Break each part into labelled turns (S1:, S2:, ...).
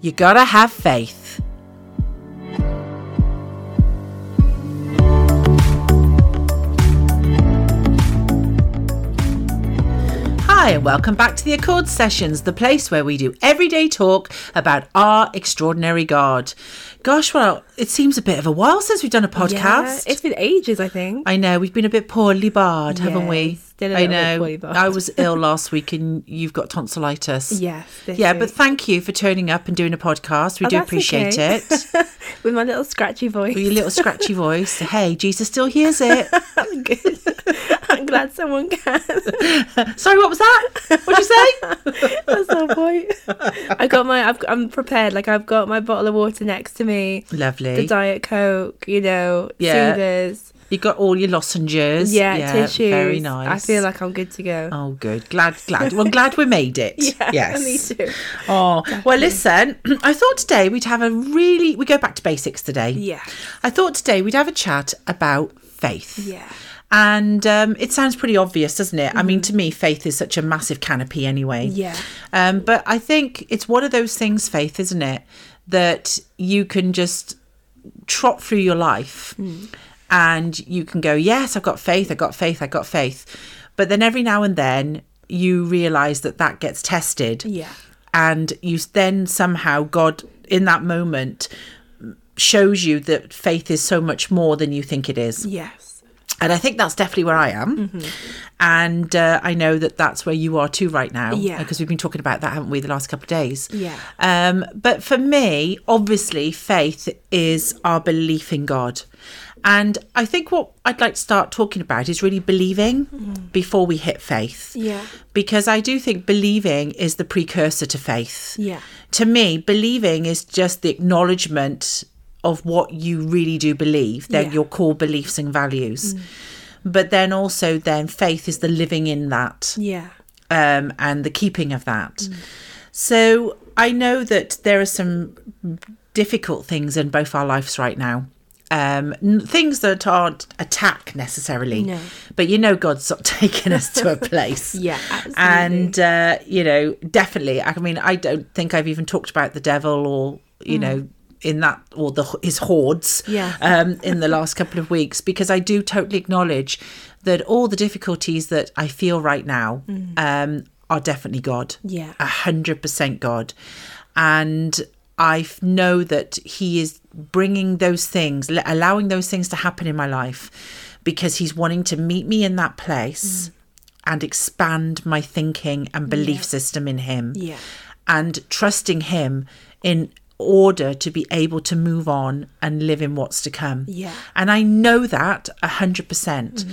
S1: You gotta have faith. Hi, and welcome back to the Accord Sessions, the place where we do everyday talk about our extraordinary God. Gosh, well, it seems a bit of a while since we've done a podcast.
S2: Yeah, it's been ages, I think.
S1: I know we've been a bit poorly barred, haven't we?
S2: Yes, still a
S1: I
S2: little bit
S1: know.
S2: poorly barred.
S1: I was ill last week, and you've got tonsillitis.
S2: Yes, this
S1: Yeah, but
S2: week.
S1: thank you for turning up and doing a podcast. We
S2: Oh,
S1: do
S2: that's
S1: appreciate
S2: okay.
S1: it.
S2: With my little scratchy voice.
S1: With your little scratchy voice, hey, Jesus still hears it.
S2: I'm good. I'm glad someone can.
S1: Sorry, what was that? What'd you say?
S2: That's the point. I got my. I've, I'm prepared. Like I've got my bottle of water next to me. The
S1: Lovely.
S2: diet coke. You know.
S1: Yeah.
S2: Soothers.
S1: you got all your lozenges.
S2: Yeah, tissues.
S1: Very nice.
S2: I feel like I'm good to go.
S1: Oh, good. Glad, glad. Well, glad we made it.
S2: yeah.
S1: yes.
S2: Me too.
S1: Oh, well, listen, I thought today we'd have a really, we go back to basics today.
S2: Yeah.
S1: I thought today we'd have a chat about faith.
S2: Yeah.
S1: And um, it sounds pretty obvious, doesn't it? I mean, to me, faith is such a massive canopy anyway.
S2: Mm-hmm. Yeah.
S1: Um, but I think it's one of those things, faith, isn't it? That you can just trot through your life
S2: Hmm.
S1: and you can go, yes, I've got faith, I've got faith, I've got faith. But then every now and then you realize that that gets tested
S2: Yeah.
S1: and you then somehow god in that moment shows you that faith is so much more than you think it is
S2: Yes.
S1: and i think that's definitely where i am
S2: Mm-hmm.
S1: and uh, i know that that's where you are too right now
S2: Yeah.
S1: because we've been talking about that haven't we the last couple of days
S2: Yeah.
S1: um, but for me obviously faith is our belief in god and i think what i'd like to start talking about is really believing
S2: Mm-hmm.
S1: before we hit faith
S2: Yeah.
S1: because i do think believing is the precursor to faith
S2: Yeah.
S1: to me, believing is just the acknowledgement of what you really do believe. They're
S2: Yeah. Mm.
S1: your core beliefs and values. But then also, then faith is the living in that
S2: Yeah.
S1: um, and the keeping of that.
S2: Mm.
S1: So I know that there are some difficult things in both our lives right now. Um, n- things that aren't attack necessarily,
S2: No.
S1: but you know, God's sort of taken us to a place.
S2: Yeah. Absolutely.
S1: And, uh, you know, definitely, I mean, I don't think I've even talked about the devil or, you know, in that or the his hordes
S2: Mm. Yeah.
S1: um, in the last couple of weeks because I do totally acknowledge that all the difficulties that I feel right now um, are definitely God.
S2: Yeah.
S1: A hundred percent God. And I f- know that He is bringing those things, l- allowing those things to happen in my life because He's wanting to meet me in that place and expand my thinking and belief system in Him
S2: Yeah.
S1: and trusting Him in order to be able to move on and live in what's to come.
S2: Yeah. Mm-hmm.
S1: And I know that 100%. percent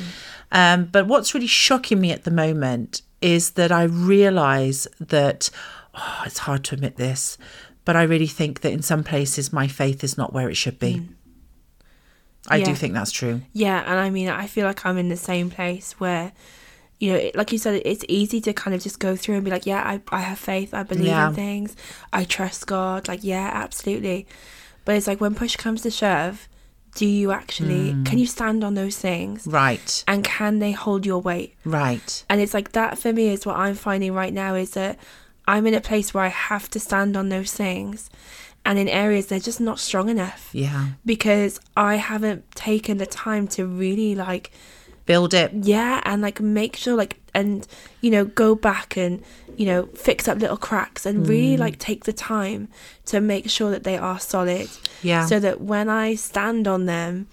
S1: Um, but what's really shocking me at the moment is that I realize that, oh, it's hard to admit this, but I really think that in some places my faith is not where it should be. I do
S2: Mm. Yeah.
S1: think that's true.
S2: Yeah, and I mean, I feel like I'm in the same place where, you know, it, like you said, it's easy to kind of just go through and be like, yeah, I, I have faith, I believe
S1: Yeah.
S2: in things, I trust God, like, yeah, absolutely. But it's like when push comes to shove, do you actually, can you stand on those things?
S1: Right,
S2: And can they hold your weight?
S1: right.
S2: And it's like that for me is what I'm finding right now is that I'm in a place where I have to stand on those things. And in areas they're just not strong enough
S1: Yeah.
S2: because I haven't taken the time to really like
S1: Build it.
S2: yeah and like make sure like and you know go back and you know fix up little cracks and
S1: Mm.
S2: really like take the time to make sure that they are solid
S1: Yeah.
S2: so that when I stand on them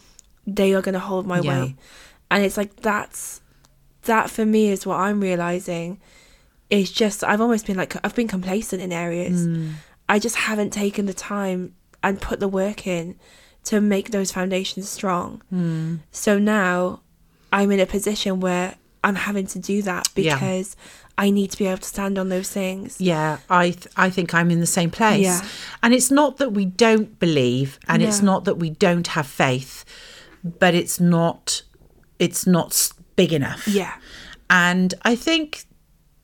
S2: they are going to hold my
S1: Yeah.
S2: weight and it's like that's that for me is what I'm realizing is just I've almost been like I've been complacent in areas
S1: Mm.
S2: I just haven't taken the time and put the work in to make those foundations strong so now I'm in a position where I'm having to do that
S1: Yeah.
S2: because I need to be able to stand on those things.
S1: Yeah, I th- I think I'm in the same place.
S2: Yeah.
S1: And it's not that we don't believe and it's
S2: No.
S1: not that we don't have faith, but it's not it's not s- big enough.
S2: Yeah.
S1: And I think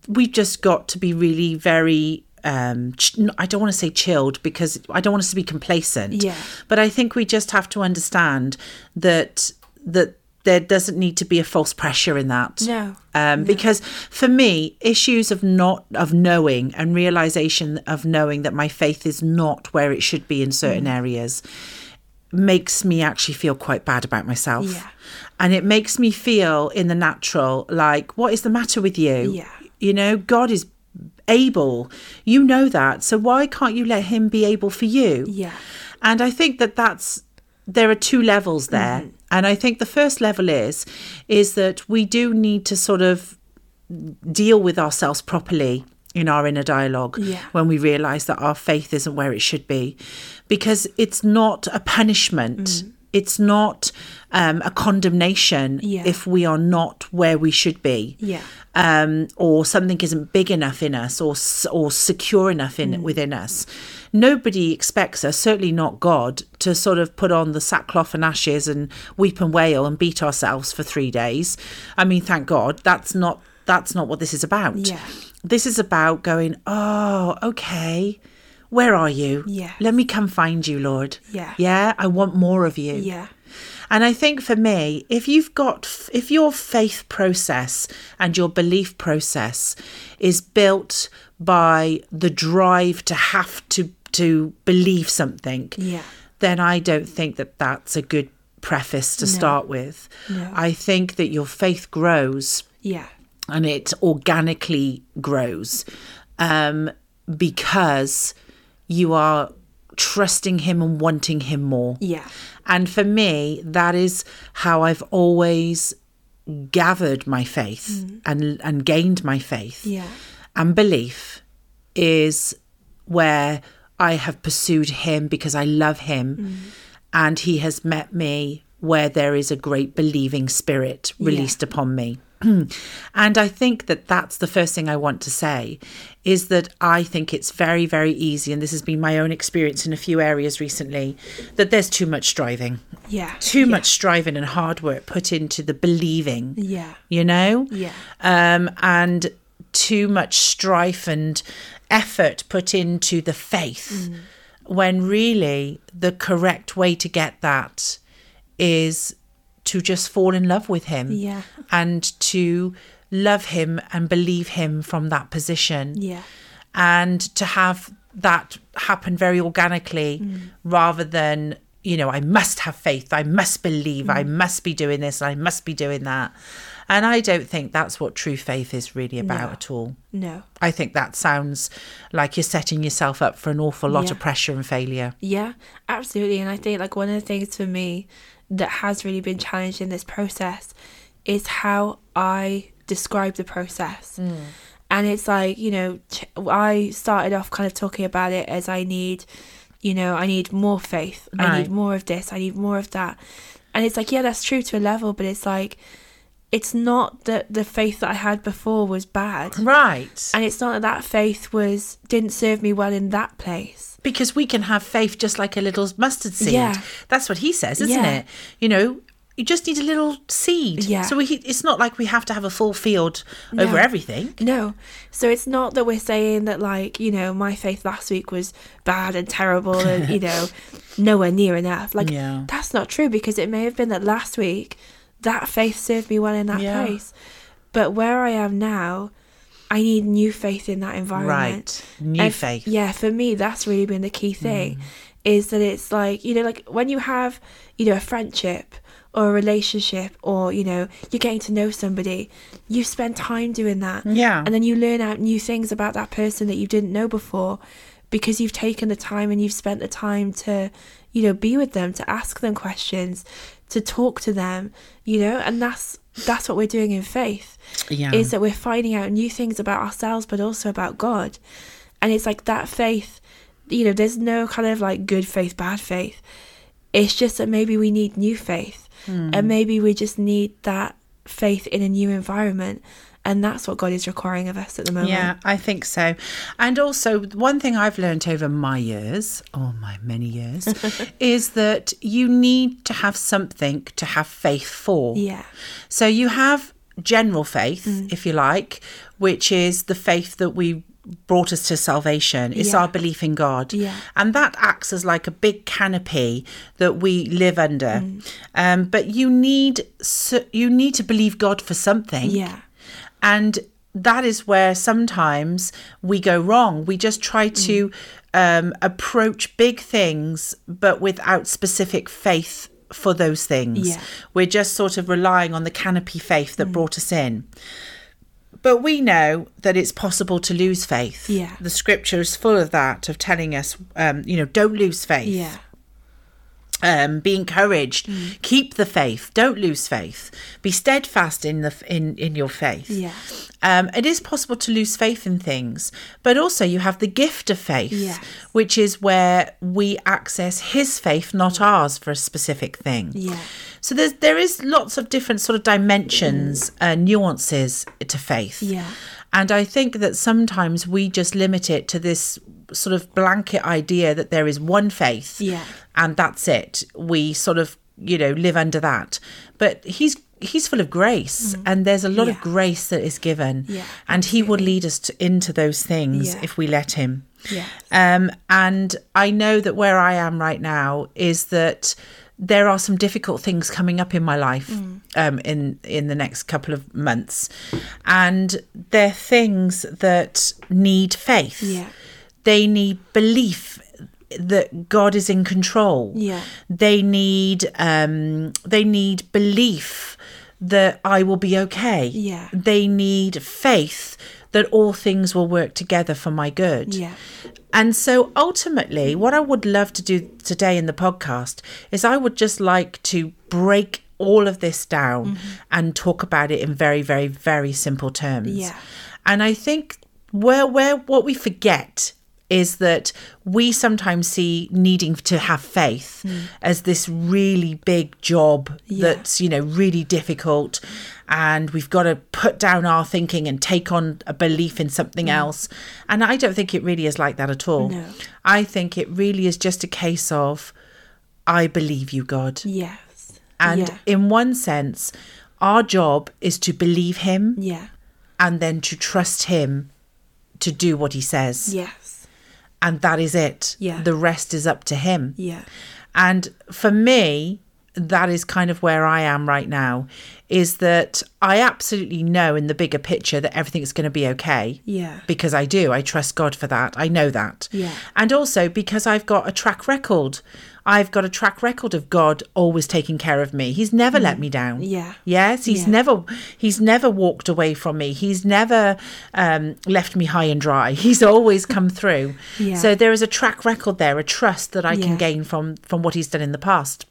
S1: we've just got to be really very um ch- n- I don't want to say chilled because I don't want us to be complacent.
S2: Yeah.
S1: But I think we just have to understand that that there doesn't need to be a false pressure in that.
S2: No.
S1: Um, Because for me, issues of not of knowing and realization of knowing that my faith is not where it should be in
S2: Mm.
S1: certain areas makes me actually feel quite bad about myself.
S2: Yeah.
S1: And it makes me feel in the natural like, what is the matter with you?
S2: Yeah.
S1: You know, God is able. You know that. So why can't you let Him be able for you?
S2: Yeah.
S1: And I think that that's there are two levels there.
S2: Mm-hmm.
S1: And I think the first level is is that we do need to sort of deal with ourselves properly in our inner dialogue
S2: Yeah.
S1: when we realize that our faith isn't where it should be because it's not a punishment.
S2: Mm-hmm.
S1: It's not um, a condemnation
S2: Yeah.
S1: if we are not where we should be
S2: Yeah.
S1: um, or something isn't big enough in us or s- or secure enough
S2: Mm.
S1: in within us. Nobody expects us, certainly not God, to sort of put on the sackcloth and ashes and weep and wail and beat ourselves for three days. I mean, thank God, that's not that's not what this is about.
S2: Yeah.
S1: This is about going, oh, okay. Where are you?
S2: Yes.
S1: Let me come find you, Lord.
S2: Yeah.
S1: Yeah, I want more of you.
S2: Yeah.
S1: And I think for me, if you've got, if your faith process and your belief process is built by the drive to have to to believe something,
S2: Yeah.
S1: then I don't think that that's a good preface to start with.
S2: No.
S1: I think that your faith grows
S2: Yeah.
S1: and it organically grows um, because you are trusting him and wanting him more.
S2: Yeah.
S1: And for me, that is how I've always gathered my faith and and gained my faith
S2: Yeah.
S1: and belief is where I have pursued him because I love him
S2: Mm.
S1: and he has met me where there is a great believing spirit released upon me. and I think that that's the first thing I want to say is that I think it's very, very easy. And this has been my own experience in a few areas recently that there's too much striving,
S2: Yeah.
S1: too much striving and hard work put into the believing
S2: Yeah.
S1: you know?
S2: Yeah.
S1: Um, and too much strife and effort put into the faith when really the correct way to get that is to just fall in love with him
S2: Yeah.
S1: and to love him and believe him from that position
S2: Yeah.
S1: and to have that happen very organically
S2: Mm.
S1: rather than you know i must have faith i must believe
S2: Mm.
S1: i must be doing this and i must be doing that and i don't think that's what true faith is really about at all
S2: No.
S1: i think that sounds like you're setting yourself up for an awful lot of
S2: Yeah.
S1: pressure and failure
S2: Yeah, absolutely. And I think like one of the things for me that has really been challenged in this process is how I describe the process. And it's like, you know, ch- I started off kind of talking about it as I need, you know, I need more faith. I
S1: Right.
S2: need more of this. I need more of that. And it's like, yeah, that's true to a level, but it's like, it's not that the faith that I had before was bad.
S1: right
S2: And it's not that that faith was, didn't serve me well in that place.
S1: because we can have faith just like a little mustard seed.
S2: Yeah.
S1: That's what he says, isn't
S2: Yeah.
S1: it? You know, you just need a little seed.
S2: Yeah.
S1: So we, it's not like we have to have a full field over
S2: No.
S1: everything.
S2: No. So it's not that we're saying that, like, you know, my faith last week was bad and terrible and, you know, nowhere near enough. Like,
S1: Yeah.
S2: that's not true because it may have been that last week that faith served me well in that
S1: Yeah.
S2: place. But where I am now, I need new faith in that environment.
S1: Right. New
S2: And f-
S1: faith.
S2: Yeah, for me, that's really been the key
S1: Mm.
S2: thing is that it's like, you know, like when you have, you know, a friendship or a relationship or, you know, you're getting to know somebody, you spend time doing that.
S1: Yeah.
S2: And then you learn out new things about that person that you didn't know before because you've taken the time and you've spent the time to, you know, be with them, to ask them questions, to talk to them, you know, and that's that's what we're doing in faith
S1: Yeah.
S2: is that we're finding out new things about ourselves but also about God. And it's like that faith, you know, there's no kind of like good faith, bad faith. It's just that maybe we need new faith
S1: Hmm.
S2: and maybe we just need that faith in a new environment. And that's what God is requiring of us at the moment.
S1: Yeah, I think so. And also, one thing I've learnt over my years, or my many years, is that you need to have something to have faith for.
S2: Yeah. Mm.
S1: So you have general faith, if you like, which is the faith that we brought us to salvation. It's
S2: Yeah.
S1: our belief in God.
S2: Yeah.
S1: And that acts as like a big canopy that we live under.
S2: Mm.
S1: Um, but you need so, you need to believe God for something.
S2: Yeah.
S1: And that is where sometimes we go wrong. We just try
S2: Mm.
S1: to um, approach big things, but without specific faith for those things.
S2: Yeah. Mm.
S1: We're just sort of relying on the canopy faith that brought us in. But we know that it's possible to lose faith.
S2: Yeah.
S1: The scripture is full of that, of telling us, um, you know, don't lose faith
S2: Yeah. Mm.
S1: um, be encouraged keep the faith don't lose faith be steadfast in the in in your faith
S2: Yeah.
S1: um, it is possible to lose faith in things but also you have the gift of faith
S2: Yes.
S1: which is where we access his faith not ours for a specific thing
S2: Yeah.
S1: so there's there is lots of different sort of dimensions uh, nuances to faith
S2: Yeah.
S1: and I think that sometimes we just limit it to this sort of blanket idea that there is one faith.
S2: Yeah.
S1: And that's it. We sort of, you know, live under that. But he's he's full of grace and there's a lot of
S2: Mm-hmm. Yeah.
S1: grace that is given.
S2: Yeah,
S1: and he will lead us to, into those things
S2: Yeah.
S1: if we let him.
S2: Yeah.
S1: Um, and I know that where I am right now is that there are some difficult things coming up in my life
S2: Mm.
S1: um, in in the next couple of months, and they're things that need faith.
S2: Yeah.
S1: They need belief that God is in control.
S2: Yeah.
S1: They need um, they need belief that I will be okay.
S2: Yeah.
S1: They need faith that all things will work together for my good.
S2: Yeah.
S1: And so ultimately, what I would love to do today in the podcast is I would just like to break all of this down
S2: Mm-hmm.
S1: and talk about it in very, very, very simple terms.
S2: Yeah.
S1: And I think where where what we forget is that we sometimes see needing to have faith
S2: Mm.
S1: as this really big job that's you know really difficult and we've got to put down our thinking and take on a belief in something else and i don't think it really is like that at all
S2: Mm. No.
S1: i think it really is just a case of i believe you god
S2: Yes.
S1: and
S2: yeah.
S1: in one sense our job is to believe him
S2: yeah.
S1: and then to trust him to do what he says.
S2: Yes.
S1: And that is it.
S2: Yeah.
S1: The rest is up to him.
S2: Yeah.
S1: And for me, that is kind of where I am right now is that I absolutely know in the bigger picture that everything's going to be okay.
S2: Yeah.
S1: Because I do. I trust God for that. I know that.
S2: Yeah.
S1: And also because I've got a track record. I've got a track record of God always taking care of me. He's never let me down.
S2: Mm. Yeah.
S1: Yes, he's
S2: Yeah.
S1: never he's never walked away from me. He's never um, left me high and dry. He's always come through.
S2: Yeah.
S1: So there is a track record there, a trust that I can
S2: Yeah.
S1: gain from from what he's done in the past.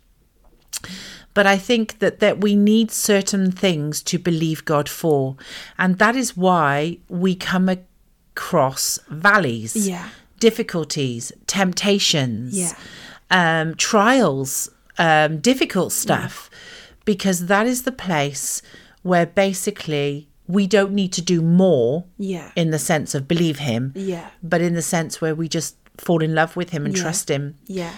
S1: But I think that that we need certain things to believe God for, and that is why we come across valleys,
S2: Yeah.
S1: difficulties, temptations,
S2: Yeah.
S1: um, trials, um, difficult stuff, because that is the place where basically we don't need to do more
S2: Yeah.
S1: in the sense of believe him,
S2: Yeah.
S1: but in the sense where we just fall in love with him and
S2: Yeah.
S1: trust him
S2: Yeah.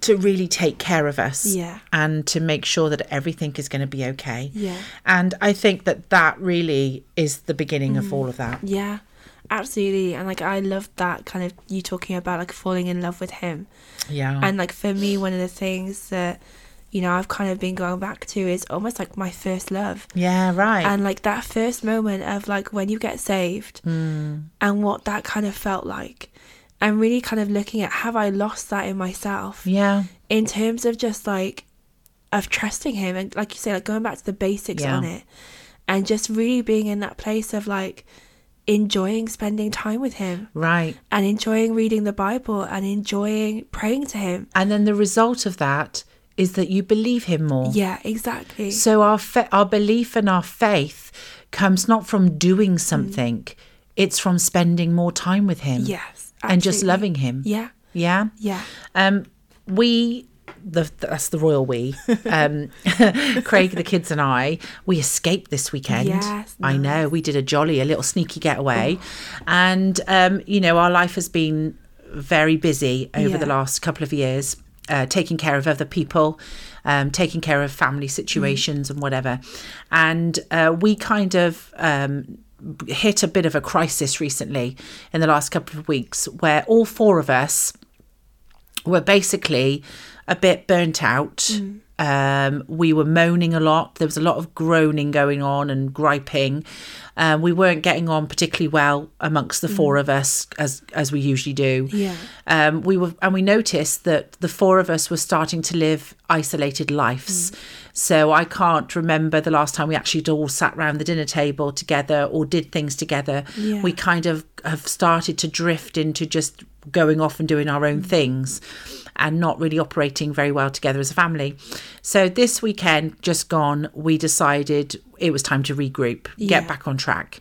S1: to really take care of us
S2: Yeah.
S1: and to make sure that everything is going to be okay.
S2: Yeah.
S1: And I think that that really is the beginning of all of that.
S2: Yeah. Absolutely. And like I love that kind of you talking about like falling in love with him.
S1: Yeah.
S2: And like for me one of the things that you know I've kind of been going back to is almost like my first love.
S1: yeah, right.
S2: And like that first moment of like when you get saved and what that kind of felt like. And really kind of looking at have I lost that in myself?
S1: yeah.
S2: in terms of just like of trusting him and like you say like going back to the basics
S1: Yeah.
S2: on it and just really being in that place of like enjoying spending time with him
S1: Right.
S2: and enjoying reading the bible and enjoying praying to him
S1: And then the result of that is that you believe him more.
S2: yeah exactly
S1: So our fa- our belief and our faith comes not from doing something,
S2: Mm.
S1: it's from spending more time with him.
S2: yes
S1: And just
S2: absolutely.
S1: loving him.
S2: yeah
S1: Yeah.
S2: yeah
S1: Um, we, the, that's the royal we, um, Craig, the kids, and I, we escaped this weekend.
S2: Yes,
S1: I know. We did a jolly, a little sneaky getaway. And, um, you know, our life has been very busy over the
S2: Yeah.
S1: last couple of years. Uh, taking care of other people, um, taking care of family situations and whatever. And uh, we kind of um, hit a bit of a crisis recently in the last couple of weeks where all four of us were basically a bit burnt out.
S2: Mm.
S1: Um, we were moaning a lot. There was a lot of groaning going on and griping. Um, we weren't getting on particularly well amongst the four of us as as we usually do.
S2: Mm. Yeah.
S1: Um, we were, and we noticed that the four of us were starting to live isolated lives.
S2: Mm.
S1: So I can't remember the last time we actually all sat round the dinner table together or did things together.
S2: Yeah.
S1: We kind of have started to drift into just going off and doing our own
S2: Mm.
S1: things and not really operating very well together as a family. So this weekend, just gone, we decided it was time to regroup,
S2: Yeah.
S1: get back on track.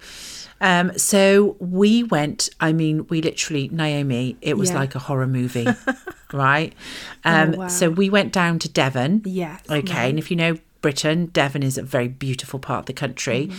S1: Um, so we went, I mean, we literally, Naomi, it was
S2: Yeah. Oh,
S1: like a horror movie, right? Um,
S2: wow.
S1: So we went down to Devon.
S2: Yes.
S1: Okay. And if you know Britain, Devon is a very beautiful part of the country.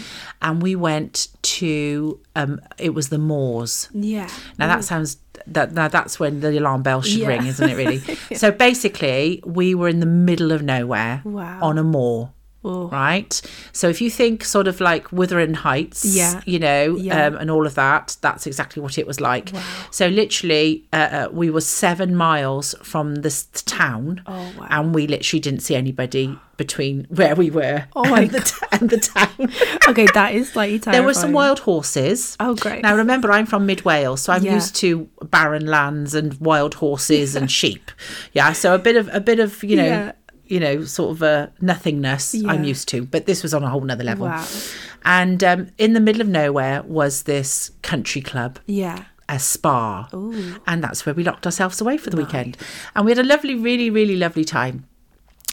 S1: And we went to, um, it was the moors.
S2: Yeah.
S1: Now that sounds that now that's when the alarm bell should
S2: Mm. Yeah.
S1: ring, isn't it? Really. So basically, we were in the middle of nowhere
S2: Wow.
S1: on a moor.
S2: Oh.
S1: Right. So if you think sort of like Wuthering Heights,
S2: Yeah.
S1: you know,
S2: Yeah.
S1: um, and all of that, that's exactly what it was like. So literally, uh, uh, we were seven miles from this town,
S2: Oh, wow.
S1: and we literally didn't see anybody between where we were
S2: Oh, my
S1: and, the, t- and the town.
S2: okay, that is slightly terrifying.
S1: There were some wild horses.
S2: Oh, great.
S1: Now remember, I'm from mid Wales, so I'm
S2: Yeah.
S1: used to barren lands and wild horses and sheep. Yeah, so a bit of a bit of you know.
S2: Yeah.
S1: You know, sort of a nothingness I'm
S2: Yeah.
S1: used to, but this was on a whole nother level.
S2: Wow.
S1: And um, in the middle of nowhere was this country club
S2: Yeah.
S1: a spa.
S2: Ooh.
S1: And that's where we locked ourselves away for the weekend. And we had a lovely, really, really lovely time.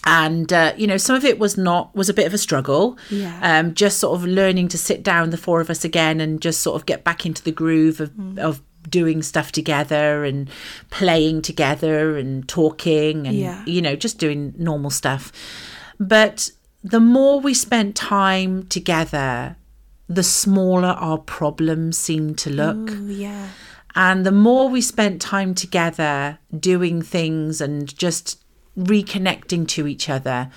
S1: And uh, you know, some of it was not was a bit of a struggle.
S2: Yeah.
S1: Um, just sort of learning to sit down, the four of us again, and just sort of get back into the groove of
S2: Mm.
S1: of doing stuff together and playing together and talking and
S2: Yeah.
S1: you know just doing normal stuff. But the more we spent time together, the smaller our problems seemed to look.
S2: Ooh, yeah.
S1: And the more we spent time together doing things and just reconnecting to each other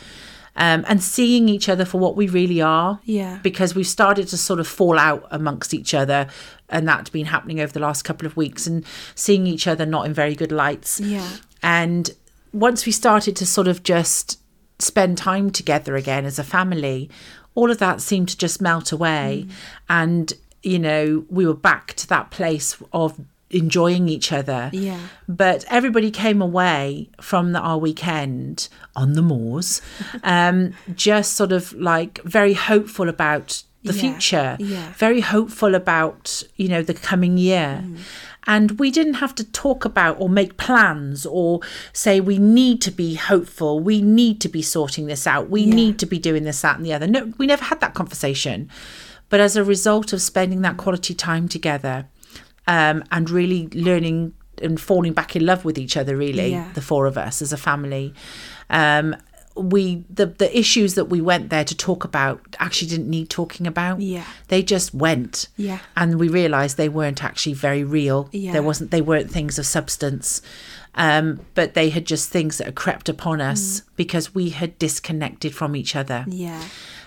S1: um, and seeing each other for what we really are.
S2: Yeah.
S1: Because we've started to sort of fall out amongst each other. And that's been happening over the last couple of weeks and seeing each other not in very good lights.
S2: Yeah.
S1: And once we started to sort of just spend time together again as a family, all of that seemed to just melt away. And, you know, we were back to that place of enjoying each other.
S2: Yeah.
S1: But everybody came away from the, our weekend on the moors, um, just sort of like very hopeful about the
S2: Yeah.
S1: future,
S2: Yeah.
S1: very hopeful about you know the coming year
S2: Mm.
S1: and we didn't have to talk about or make plans or say we need to be hopeful we need to be sorting this out we need to be doing this that and the other no we never had that conversation but as a result of spending that quality time together um, and really learning and falling back in love with each other really
S2: Yeah.
S1: the four of us as a family um, we the the issues that we went there to talk about actually didn't need talking about
S2: Yeah.
S1: they just went
S2: Yeah.
S1: and we realized they weren't actually very real
S2: Yeah.
S1: there wasn't they weren't things of substance um, but they had just things that had crept upon
S2: Mm.
S1: us because we had disconnected from each other
S2: Yeah.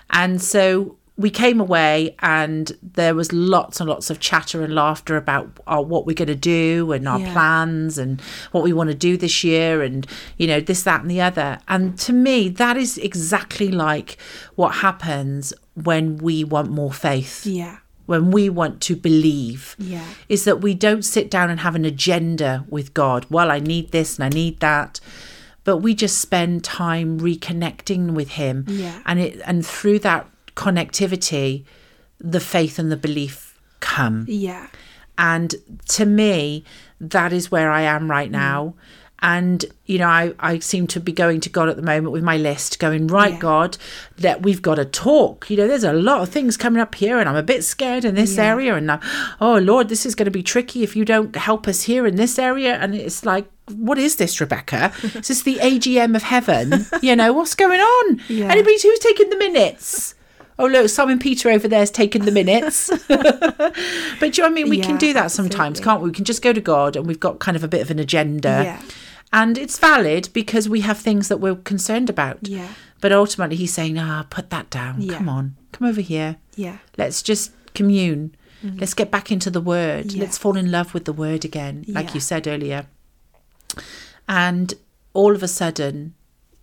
S1: and so we came away, and there was lots and lots of chatter and laughter about our, what we're going to do and our
S2: Yeah.
S1: plans and what we want to do this year, and you know this, that, and the other. And to me, that is exactly like what happens when we want more faith
S2: Yeah.
S1: when we want to believe
S2: Yeah.
S1: is that we don't sit down and have an agenda with God. Well, I need this and I need that. But we just spend time reconnecting with him.
S2: Yeah.
S1: And it and through that connectivity, the faith and the belief come.
S2: Yeah.
S1: And to me, that is where I am
S2: Mm.
S1: right now. And, you know, I, I seem to be going to God at the moment with my list, going, right,
S2: Yeah.
S1: God, that we've got to talk. You know, there's a lot of things coming up here, and I'm a bit scared in this area. And I'm, oh, Lord, this is going to be tricky if you don't help us here in this area. And it's like, what is this, Rebecca? is this the AGM of heaven? You know, what's going on?
S2: Yeah.
S1: Anybody who's taking the minutes? Oh, look, Simon Peter over there's taking the minutes. But do you know what I mean? We can
S2: Yeah,
S1: do that sometimes,
S2: absolutely.
S1: can't we? We can just go to God and we've got kind of a bit of an agenda.
S2: Yeah.
S1: And it's valid because we have things that we're concerned about.
S2: Yeah.
S1: But ultimately, he's saying, ah, put that down.
S2: Yeah.
S1: Come on. Come over here.
S2: Yeah.
S1: Let's just commune. Let's get back into the word.
S2: Mm-hmm. Yeah.
S1: Let's fall in love with the word again, like
S2: Yeah.
S1: you said earlier. And all of a sudden,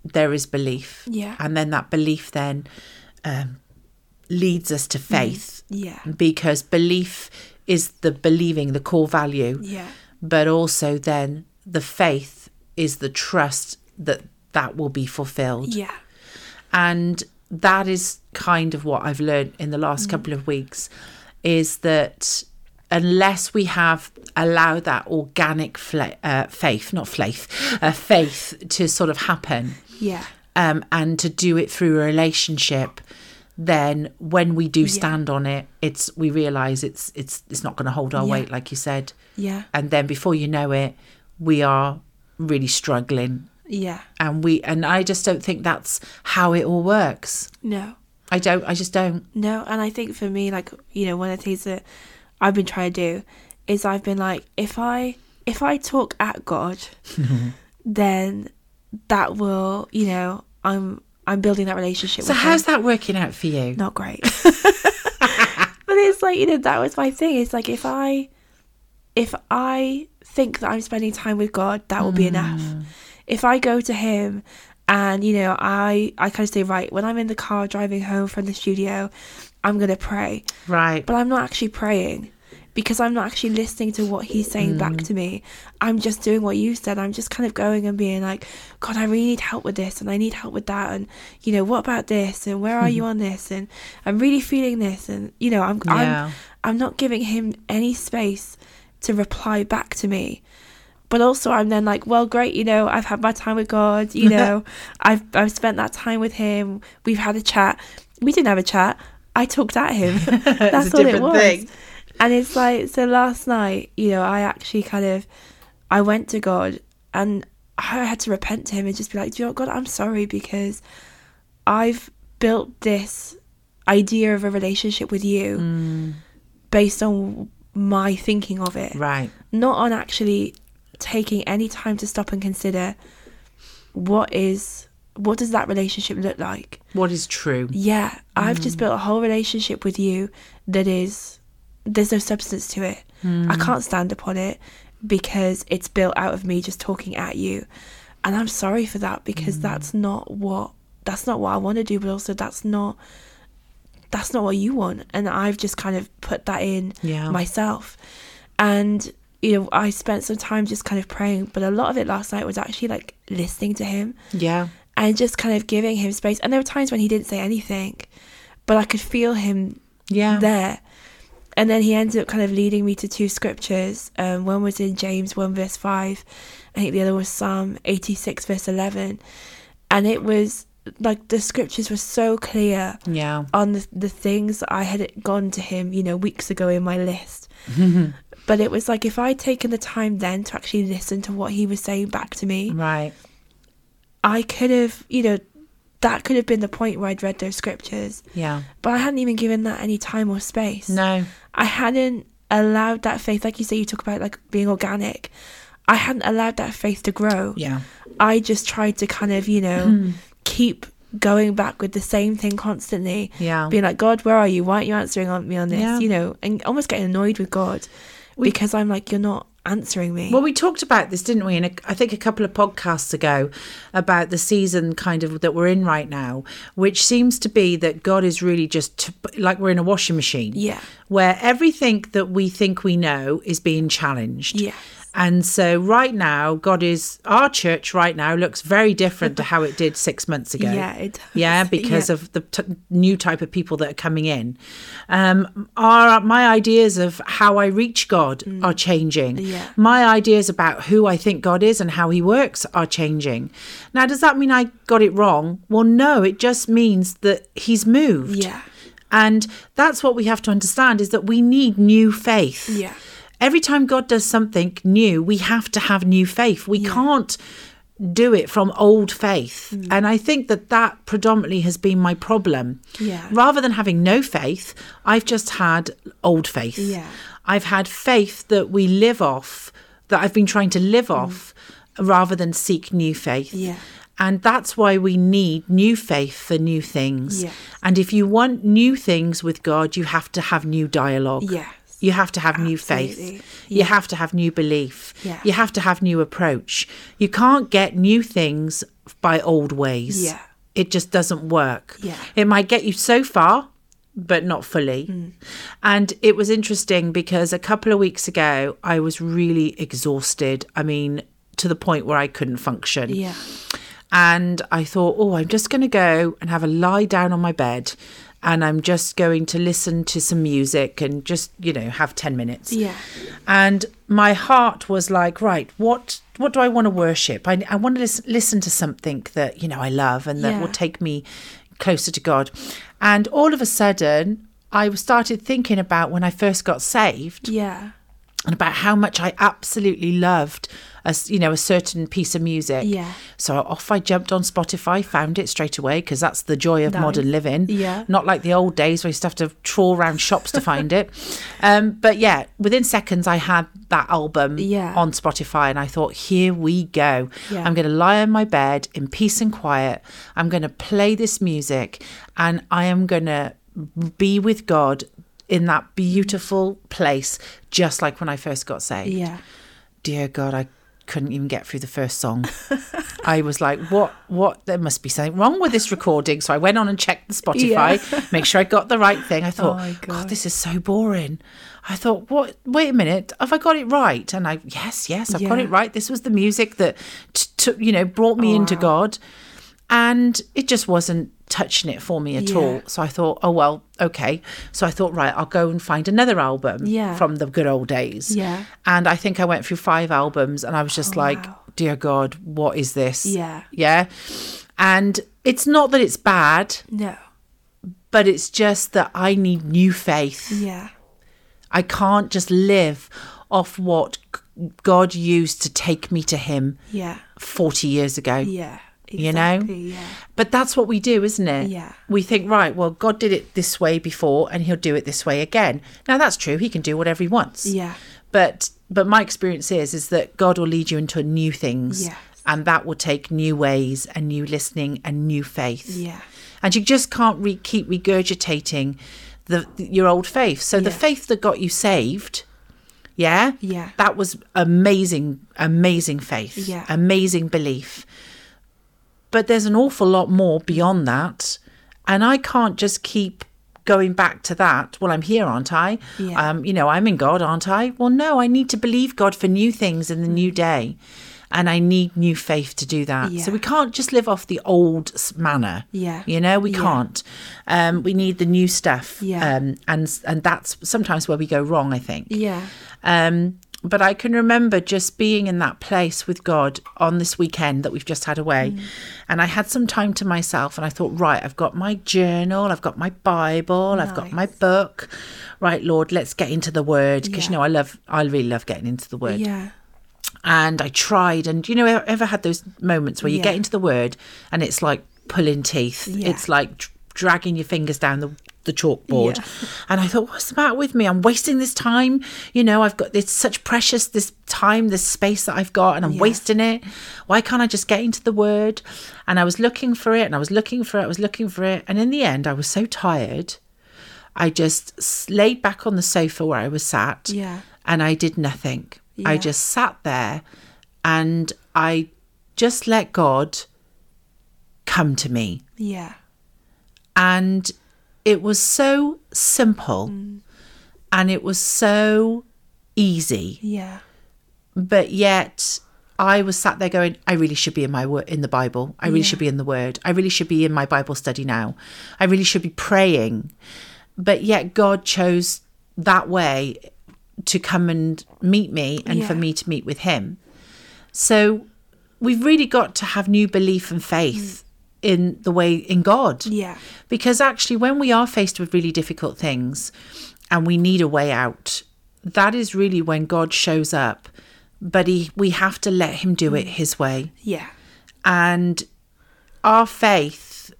S1: there is belief.
S2: Yeah.
S1: And then that belief then um, leads us
S2: Mm-hmm.
S1: to faith
S2: Yeah.
S1: because belief is the believing, the core value
S2: Yeah.
S1: but also then the faith is the trust that that will be fulfilled.
S2: Yeah.
S1: And that is kind of what I've learned in the last couple of weeks is that unless we have allow that organic fla- uh, faith, not faith, uh, faith to sort of happen
S2: Yeah.
S1: um, and to do it through a relationship, then when we do stand on it, it's we realise it's it's it's not going to hold our
S2: Yeah.
S1: weight, like you said
S2: Yeah.
S1: and then before you know it we are really struggling
S2: Yeah.
S1: and we and i just don't think that's how it all works
S2: No.
S1: i don't i just don't
S2: No, and I think for me, like you know, one of the things that I've been trying to do is I've been like, if I if I talk at God, then that will, you know, I'm I'm building that relationship.
S1: so
S2: with
S1: how's
S2: Him.
S1: that working out for you
S2: Not great, but it's like you know that was my thing. It's like if I if I think that I'm spending time with God, that will be enough. If I go to Him and you know I I kind of say right when I'm in the car driving home from the studio, I'm gonna pray
S1: right
S2: but I'm not actually praying because I'm not actually listening to what he's saying back to me. I'm just doing what you said. I'm just kind of going and being like, God, I really need help with this and I need help with that and you know, what about this and where are you on this and I'm really feeling this and you know, I'm
S1: Yeah.
S2: I'm I'm not giving him any space to reply back to me. But also I'm then like, well great, you know, I've had my time with God, you know, I've I've spent that time with him. We've had a chat. We didn't have a chat. I talked at him. That's all it
S1: different
S2: was.
S1: thing.
S2: And it's like so last night, you know, I actually kind of I went to God and I had to repent to him and just be like, Do you know what, God, I'm sorry because I've built this idea of a relationship with you based on my thinking of it
S1: Mm. right
S2: not on actually taking any time to stop and consider what is what does that relationship look like
S1: what is true
S2: yeah i've just built a whole relationship with you that is there's no substance to it i can't stand upon it because it's built out of me just talking at you and i'm sorry for that because that's not what that's not what i want to do but also that's not that's not what you want and i've just kind of put that in
S1: Yeah.
S2: myself and you know i spent some time just kind of praying but a lot of it last night was actually like listening to him
S1: yeah
S2: and just kind of giving him space. And there were times when he didn't say anything, but I could feel him
S1: yeah
S2: there. And then he ended up kind of leading me to two scriptures. Um, one was in James 1, verse 5. I think the other was Psalm 86, verse 11. And it was like the scriptures were so clear
S1: yeah
S2: on the, the things that I had gone to him, you know, weeks ago in my list. but it was like if I'd taken the time then to actually listen to what he was saying back to me,
S1: right
S2: I could have, you know, that could have been the point where I'd read those scriptures,
S1: yeah
S2: but I hadn't even given that any time or space.
S1: no
S2: I hadn't allowed that faith, like you say, you talk about like being organic. I hadn't allowed that faith to grow.
S1: yeah Hmm.
S2: I just tried to kind of, you know, keep going back with the same thing constantly.
S1: Yeah.
S2: Being like, God, where are you? Why aren't you answering on me on this?
S1: Yeah.
S2: You know, and almost getting annoyed with God because I'm like, you're not answering me.
S1: Well, we talked about this, didn't we? In a, I think a couple of podcasts ago about the season kind of that we're in right now, which seems to be that God is really just t- like we're in a washing machine.
S2: Yeah.
S1: Where everything that we think we know is being challenged.
S2: Yes.
S1: And so right now, God is our church right now looks very different to how it did six months ago.
S2: Yeah, it does.
S1: Yeah, because
S2: Yeah.
S1: of the t- new type of people that are coming in. Um, our my ideas of how I reach God are changing.
S2: Mm. Yeah.
S1: My ideas about who I think God is and how He works are changing. Now, does that mean I got it wrong? Well, no. It just means that He's moved.
S2: Yeah.
S1: And that's what we have to understand is that we need new faith.
S2: Yeah.
S1: Every time God does something new, we have to have new faith. We can't do it from old faith.
S2: Mm.
S1: And I think that that predominantly has been my problem.
S2: Yeah.
S1: Rather than having no faith, I've just had old faith.
S2: Yeah.
S1: I've had faith that we live off, that I've been trying to live off rather than seek new faith.
S2: Mm. Yeah.
S1: And that's why we need new faith for new things.
S2: Yes.
S1: And if you want new things with God, you have to have new dialogue.
S2: Yes.
S1: You have to have new
S2: Absolutely.
S1: faith. You have to have new belief.
S2: Yeah.
S1: You have to have new approach. You can't get new things by old ways.
S2: Yeah.
S1: It just doesn't work.
S2: Yeah.
S1: It might get you so far, but not fully.
S2: Mm.
S1: And it was interesting because a couple of weeks ago, I was really exhausted. I mean, to the point where I couldn't function.
S2: Yeah.
S1: And I thought, oh, I'm just going to go and have a lie down on my bed and I'm just going to listen to some music and just, you know, have 10 minutes.
S2: Yeah.
S1: And my heart was like, right, what what do I want to worship? I, I want to lis- listen to something that, you know, I love and that
S2: Yeah.
S1: will take me closer to God. And all of a sudden, I started thinking about when I first got saved
S2: Yeah.
S1: and about how much I absolutely loved a s- you know a certain piece of music.
S2: Yeah.
S1: So off I jumped on Spotify, found it straight away because that's the joy of
S2: Nice.
S1: modern living.
S2: Yeah.
S1: Not like the old days where you used to have to trawl around shops to find it. Um, but yeah, within seconds I had that album
S2: Yeah.
S1: on Spotify, and I thought, here we go.
S2: Yeah.
S1: I'm going to lie on my bed in peace and quiet. I'm going to play this music, and I am going to be with God in that beautiful place, just like when I first got saved.
S2: Yeah.
S1: Dear God, I couldn't even get through the first song. I was like, what, what, there must be something wrong with this recording. So I went on and checked the Spotify, make sure I got the right thing. I thought,
S2: Oh my
S1: God,
S2: God.
S1: this is so boring. I thought, what? Wait a minute, have I got it right? And I, yes, yes, I've got
S2: Yeah.
S1: it right. This was the music that, t- took you know, brought me
S2: Oh,
S1: into God, and it just wasn't touching it for me at
S2: Yeah.
S1: all. So I thought, oh well, okay. So I thought, right, I'll go and find another album
S2: Yeah.
S1: from the good old days.
S2: Yeah.
S1: And I think I went through five albums, and I was just like,
S2: wow.
S1: dear God, what is this?
S2: Yeah.
S1: Yeah. And it's not that it's bad,
S2: No.
S1: but it's just that I need new faith.
S2: Yeah.
S1: I can't just live off what g- God used to take me to Him
S2: Yeah.
S1: 40 years ago.
S2: Yeah.
S1: You know?
S2: Exactly, Yeah.
S1: But that's what we do, isn't it?
S2: Yeah.
S1: We think, right, well, God did it this way before and he'll do it this way again. Now that's true, he can do whatever he wants.
S2: Yeah.
S1: But but my experience is is that God will lead you into new things.
S2: Yes.
S1: And that will take new ways and new listening and new faith.
S2: Yeah.
S1: And you just can't re- keep regurgitating the your old faith. So the
S2: Yeah.
S1: faith that got you saved, yeah?
S2: Yeah.
S1: That was amazing amazing faith.
S2: Yeah.
S1: Amazing belief but there's an awful lot more beyond that and i can't just keep going back to that well i'm here aren't i
S2: Yeah.
S1: um, you know i'm in god aren't i well no i need to believe god for new things in the new day and i need new faith to do that so
S2: Mm-hmm. Yeah.
S1: we can't just live off the old s- manner
S2: Yeah.
S1: you know we
S2: Yeah.
S1: can't um, we need the new stuff
S2: Yeah.
S1: um, and s- and that's sometimes where we go wrong i think
S2: Yeah.
S1: um, but I can remember just being in that place with God on this weekend that we've just had away.
S2: Mm.
S1: And I had some time to myself and I thought, right, I've got my journal, I've got my Bible, I've got my book. Right, Lord, let's get into the word. Because you
S2: Yeah.
S1: know, I love I really love getting into the word.
S2: Yeah.
S1: And I tried and you know, ever- ever had those moments where you get
S2: Yeah.
S1: into the word and it's like pulling teeth.
S2: Yeah.
S1: It's like dr- dragging your fingers down the the chalkboard
S2: Yeah.
S1: and I thought, what's the matter with me? I'm wasting this time. You know, I've got this such precious this time, this space that I've got, and I'm wasting it. Why can't I just get into the word? And I was looking for it, and I was looking for it, I was looking for it, and in the end, I was so tired. I just s- laid back on the sofa where I was sat,
S2: Yeah.
S1: and I did nothing. I
S2: Yeah.
S1: just sat there, and I just let God come to me
S2: Yeah.
S1: and it was so simple and it was so easy
S2: Yeah.
S1: but yet i was sat there going i really should be in my word in the bible i really
S2: Yeah.
S1: should be in the word i really should be in my bible study now i really should be praying but yet god chose that way to come and meet me and for
S2: Yeah.
S1: me to meet with him so we've really got to have new belief and faith
S2: Mm.
S1: in the way in god
S2: Yeah.
S1: because actually, when we are faced with really difficult things and we need a way out, that is really when God shows up. But he, we have to let Him do it His way.
S2: Yeah.
S1: And our faith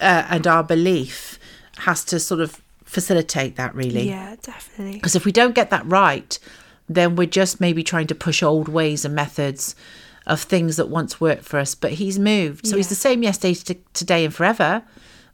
S1: uh, and our belief has to sort of facilitate that, really.
S2: Yeah. Definitely.
S1: Because if we don't get that right, then we're just maybe trying to push old ways and methods of things that once worked for us, but he's moved. So he's
S2: Yeah.
S1: the same yesterday to today and forever,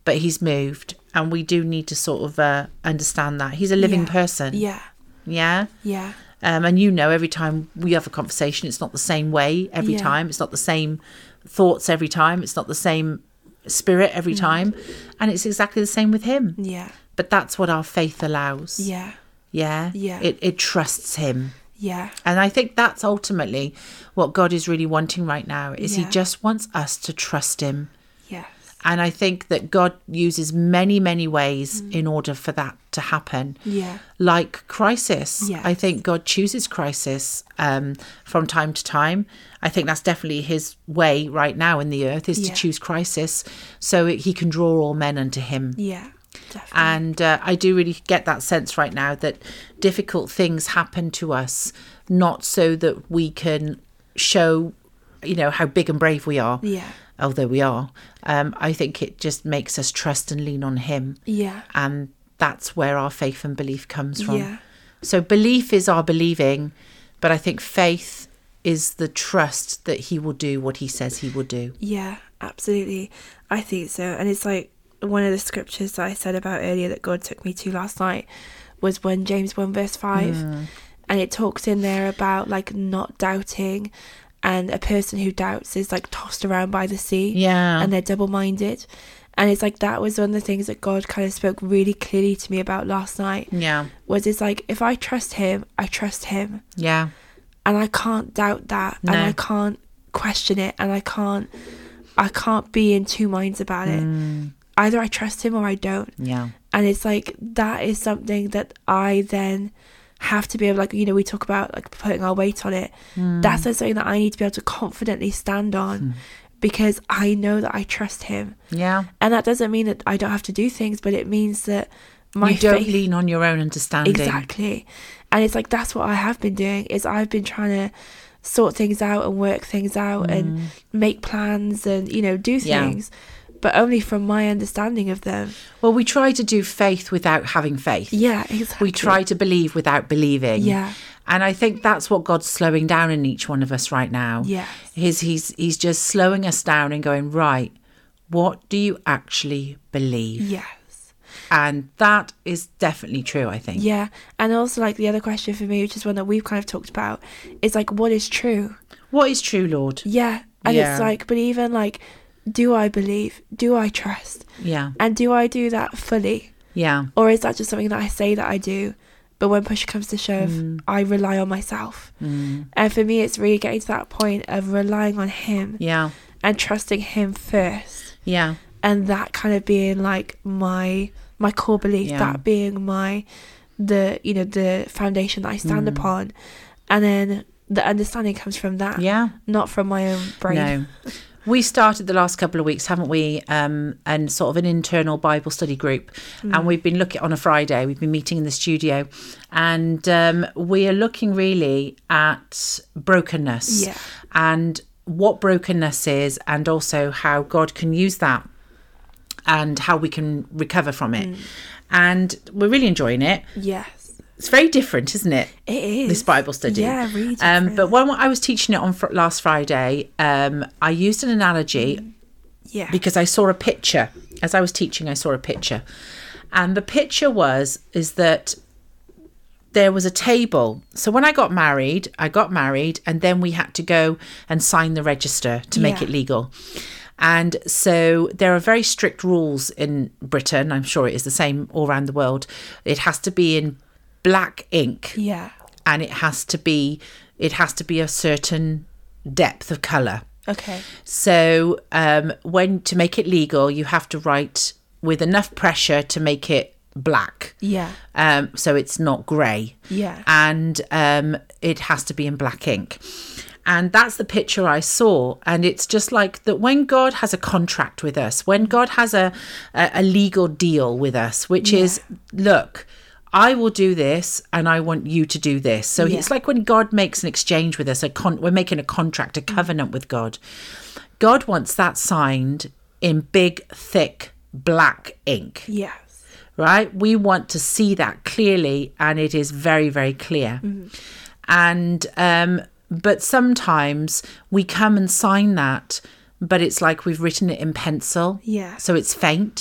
S1: but he's moved. And we do need to sort of uh, understand that. He's a living
S2: Yeah.
S1: person.
S2: Yeah.
S1: Yeah.
S2: Yeah.
S1: Um, and you know, every time we have a conversation, it's not the same way every
S2: Yeah.
S1: time. It's not the same thoughts every time. It's not the same spirit every
S2: Mm.
S1: time. And it's exactly the same with him.
S2: Yeah.
S1: But that's what our faith allows.
S2: Yeah.
S1: Yeah.
S2: Yeah.
S1: It, it trusts him.
S2: Yeah.
S1: And I think that's ultimately what God is really wanting right now is
S2: Yeah.
S1: he just wants us to trust him.
S2: Yes.
S1: And I think that God uses many, many ways
S2: Mm.
S1: in order for that to happen
S2: Yeah.
S1: like crisis.
S2: Yes.
S1: I think God chooses crisis um, from time to time. I think that's definitely His way right now in the earth is
S2: Yeah.
S1: to choose crisis, so He can draw all men unto Him.
S2: Yeah. Definitely.
S1: And uh, I do really get that sense right now that difficult things happen to us, not so that we can show, you know, how big and brave we are.
S2: Yeah.
S1: Although we are, um, I think it just makes us trust and lean on Him
S2: Yeah.
S1: and that's where our faith and belief comes from.
S2: Yeah.
S1: So belief is our believing, but I think faith is the trust that he will do what he says he will do.
S2: Yeah, absolutely. I think so. And it's like one of the scriptures that I said about earlier that God took me to last night was when James 1 verse 5. And it talks in there about like not doubting. And a person who doubts is like tossed around by the sea.
S1: Yeah.
S2: And they're double minded. And it's like that was one of the things that God kind of spoke really clearly to me about last night.
S1: Yeah.
S2: Was it's like, if I trust Him, I trust Him
S1: Yeah.
S2: and I can't doubt that and
S1: No.
S2: I can't question it and I can't I can't be in two minds about it.
S1: Mm.
S2: Either I trust him or I don't.
S1: Yeah.
S2: And it's like that is something that I then have to be able like you know we talk about like putting our weight on it.
S1: Mm.
S2: That's then something that I need to be able to confidently stand on
S1: Hmm.
S2: because I know that I trust him.
S1: Yeah.
S2: And that doesn't mean that I don't have to do things, but it means that my
S1: you don't
S2: faith
S1: lean on your own understanding.
S2: Exactly. And it's like that's what I have been doing is I've been trying to sort things out and work things out and make plans and you know do
S1: Mm. Yeah.
S2: things but only from my understanding of them.
S1: Well, we try to do faith without having faith.
S2: Yeah, exactly.
S1: We try to believe without believing.
S2: Yeah.
S1: And I think that's what God's slowing down in each one of us right now.
S2: Yes.
S1: He's he's he's just slowing us down and going, right, what do you actually believe?
S2: Yes.
S1: And that is definitely true, I think.
S2: Yeah. And also like the other question for me which is one that we've kind of talked about is like what is true?
S1: What is true, Lord?
S2: Yeah. And
S1: Yeah.
S2: it's like but even like do I believe? Do I trust?
S1: Yeah.
S2: And do I do that fully?
S1: Yeah.
S2: Or is that just something that I say that I do, but when push comes to shove,
S1: Mm.
S2: I rely on myself? And for me, it's really getting to that point of relying on Him
S1: Yeah.
S2: and trusting Him first,
S1: Yeah.
S2: and that kind of being like my my core belief,
S1: Yeah.
S2: that being my the you know the foundation that I stand
S1: Mm.
S2: upon, and then the understanding comes from that,
S1: Yeah.
S2: not from my own brain.
S1: No. We started the last couple of weeks, haven't we? Um, and sort of an internal Bible study group. And we've been looking on a Friday, we've been meeting in the studio, and um, we are looking really at brokenness
S2: Yeah.
S1: and what brokenness is, and also how God can use that and how we can recover from it. And we're really enjoying it.
S2: Yes,
S1: It's very different, isn't it?
S2: it is
S1: this Bible study.
S2: Yeah, really.
S1: Um,
S2: different.
S1: but when I was teaching it on fr- last Friday, um, I used an analogy
S2: yeah,
S1: because I saw a picture as I was teaching. I saw a picture, and the picture was is that there was a table. So when I got married, I got married, and then we had to go and sign the register to make
S2: Yeah.
S1: it legal. And so there are very strict rules in Britain. I'm sure it is the same all around the world. It has to be in black ink
S2: yeah,
S1: and it has to be it has to be a certain depth of color
S2: okay,
S1: so um when to make it legal you have to write with enough pressure to make it black
S2: yeah,
S1: um so it's not gray
S2: Yeah.
S1: and um it has to be in black ink and that's the picture I saw. And it's just like that when God has a contract with us, when God has a, a, a legal deal with us, which is, look, I will do this and I want you to do this. So
S2: Yeah.
S1: it's like when God makes an exchange with us, a con- we're making a contract,
S2: Mm.
S1: a covenant with God. God wants that signed in big, thick, black ink
S2: yes,
S1: right? We want to see that clearly, and it is very, very clear. And um, But sometimes we come and sign that, but it's like we've written it in pencil.
S2: Yeah.
S1: So it's faint.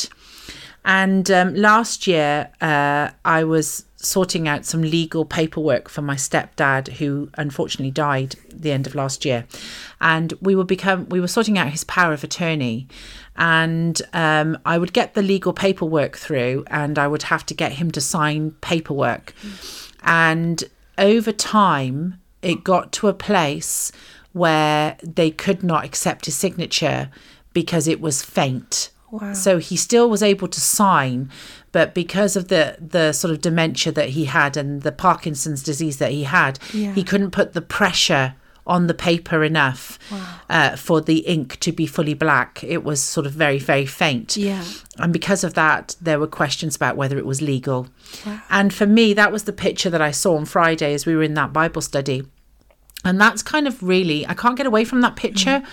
S1: And um, last year, uh, I was sorting out some legal paperwork for my stepdad, who unfortunately died at the end of last year. And we were become we were sorting out his power of attorney, and um, I would get the legal paperwork through, and I would have to get him to sign paperwork. And over time, it got to a place where they could not accept his signature because it was faint.
S2: Wow.
S1: So he still was able to sign, but because of the the sort of dementia that he had and the Parkinson's disease that he had,
S2: Yeah.
S1: he couldn't put the pressure on the paper enough uh, for the ink to be fully black. It was sort of very very faint.
S2: Yeah.
S1: And because of that, there were questions about whether it was legal. And for me, that was the picture that I saw on Friday as we were in that Bible study. And that's kind of really, I can't get away from that
S2: Mm.
S1: picture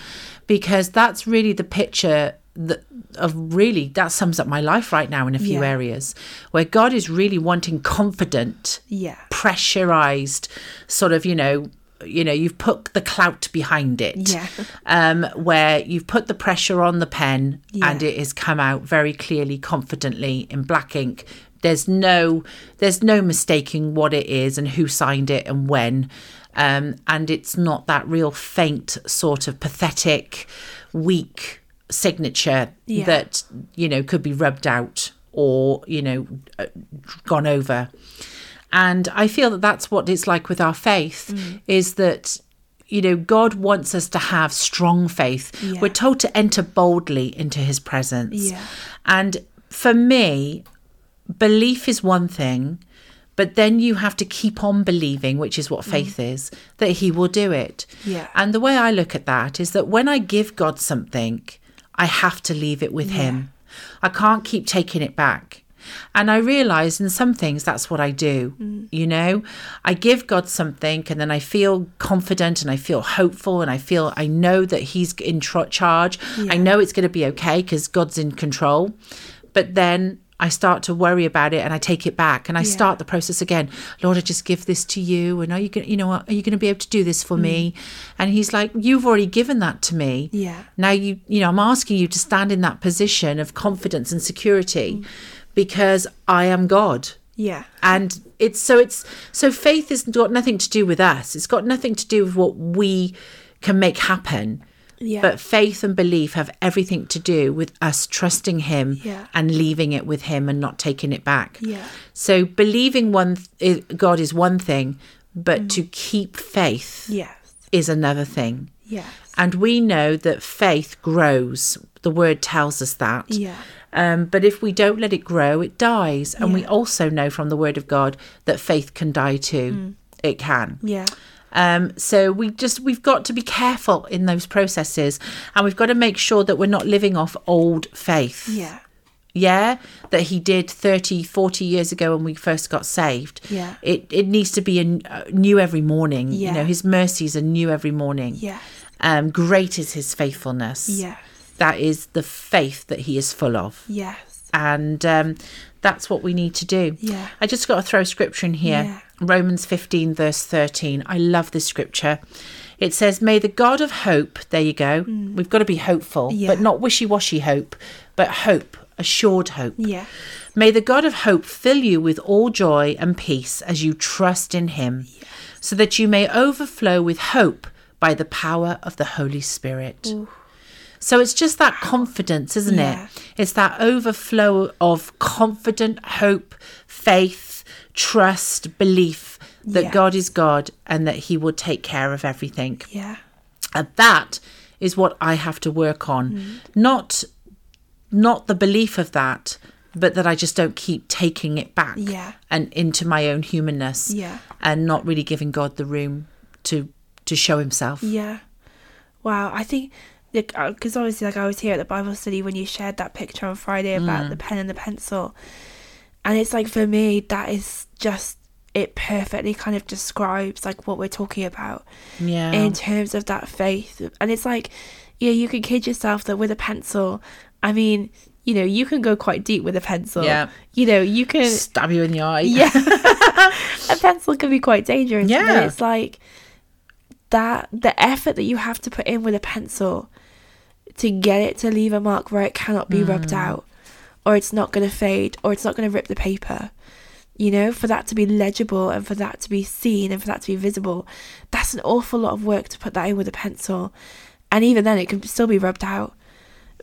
S1: because that's really the picture that, of really, that sums up my life right now in a few
S2: Yeah.
S1: areas where God is really wanting confident
S2: Yeah.
S1: pressurized sort of you know you know you've put the clout behind it
S2: Yeah.
S1: um where you've put the pressure on the pen
S2: Yeah.
S1: and it has come out very clearly confidently in black ink there's no there's no mistaking what it is and who signed it and when um and it's not that real faint sort of pathetic weak signature
S2: Yeah.
S1: that you know could be rubbed out or you know uh, gone over and i feel that that's what it's like with our faith is that you know god wants us to have strong faith
S2: Yeah.
S1: we're told to enter boldly into his presence
S2: Yeah.
S1: and for me belief is one thing but then you have to keep on believing which is what faith is that he will do it
S2: Yeah.
S1: and the way I look at that is that when I give God something, I have to leave it with Him. I can't keep taking it back. And I realize in some things that's what I do. You know, I give God something and then I feel confident and I feel hopeful and I feel I know that He's in tr- charge. I know it's going to be okay because God's in control. But then I start to worry about it and I take it back and I start the process again. Lord, I just give this to you. And are you going to, you know, what, are you going to be able to do this for me? And he's like, you've already given that to me.
S2: Yeah.
S1: Now you, you know, I'm asking you to stand in that position of confidence and security because I am God.
S2: Yeah.
S1: And it's so it's so faith has got nothing to do with us. It's got nothing to do with what we can make happen.
S2: Yeah.
S1: But faith and belief have everything to do with us trusting Him
S2: Yeah.
S1: and leaving it with Him and not taking it back.
S2: Yeah.
S1: So believing one th- i- God is one thing, but
S2: Mm.
S1: to keep faith
S2: yes.
S1: is another thing.
S2: Yes.
S1: And we know that faith grows. The word tells us that.
S2: Yeah.
S1: Um, but if we don't let it grow, it dies. And we
S2: Yeah.
S1: also know from the word of God that faith can die too.
S2: Mm.
S1: It can.
S2: Yeah.
S1: Um, so we just we've got to be careful in those processes, and we've got to make sure that we're not living off old faith.
S2: Yeah.
S1: Yeah, that he did 30, 40 years ago when we first got saved.
S2: Yeah.
S1: It it needs to be in, uh, new every morning.
S2: Yeah.
S1: You know, his mercies are new every morning.
S2: Yes.
S1: Um, great is his faithfulness.
S2: Yes.
S1: That is the faith that he is full of
S2: Yes.
S1: and um, that's what we need to do.
S2: Yeah.
S1: I just got to throw scripture in here.
S2: Yeah.
S1: Romans 15, verse 13. I love this scripture. It says, May the God of hope, there you go. We've got to be hopeful,
S2: Mm. Yeah.
S1: but not wishy washy hope, but hope, assured hope.
S2: Yeah.
S1: May the God of hope fill you with all joy and peace as you trust in him, so that you may overflow with hope by the power of the Holy Spirit. So it's just that confidence, isn't
S2: Yeah.
S1: it? It's that overflow of confident hope, faith, trust, belief that
S2: Yeah.
S1: God is God and that he will take care of everything.
S2: Yeah.
S1: And that is what I have to work on.
S2: Mm-hmm.
S1: Not not the belief of that, but that I just don't keep taking it back
S2: Yeah.
S1: and into my own humanness.
S2: Yeah.
S1: And not really giving God the room to to show himself.
S2: Yeah. Wow. I think because obviously, like I was here at the Bible study when you shared that picture on Friday about the pen and the pencil, and it's like for me that is just it perfectly kind of describes like what we're talking about
S1: Yeah.
S2: in terms of that faith, and it's like yeah, you can kid yourself that with a pencil. I mean, you know, you can go quite deep with a pencil.
S1: Yeah.
S2: You know, you can
S1: Stab you in the eye.
S2: yeah a pencil can be quite dangerous yeah
S1: Yeah.
S2: it's like that the effort that you have to put in with a pencil to get it to leave a mark where it cannot be rubbed out or it's not going to fade or it's not going to rip the paper you know for that to be legible and for that to be seen and for that to be visible that's an awful lot of work to put that in with a pencil and even then it can still be rubbed out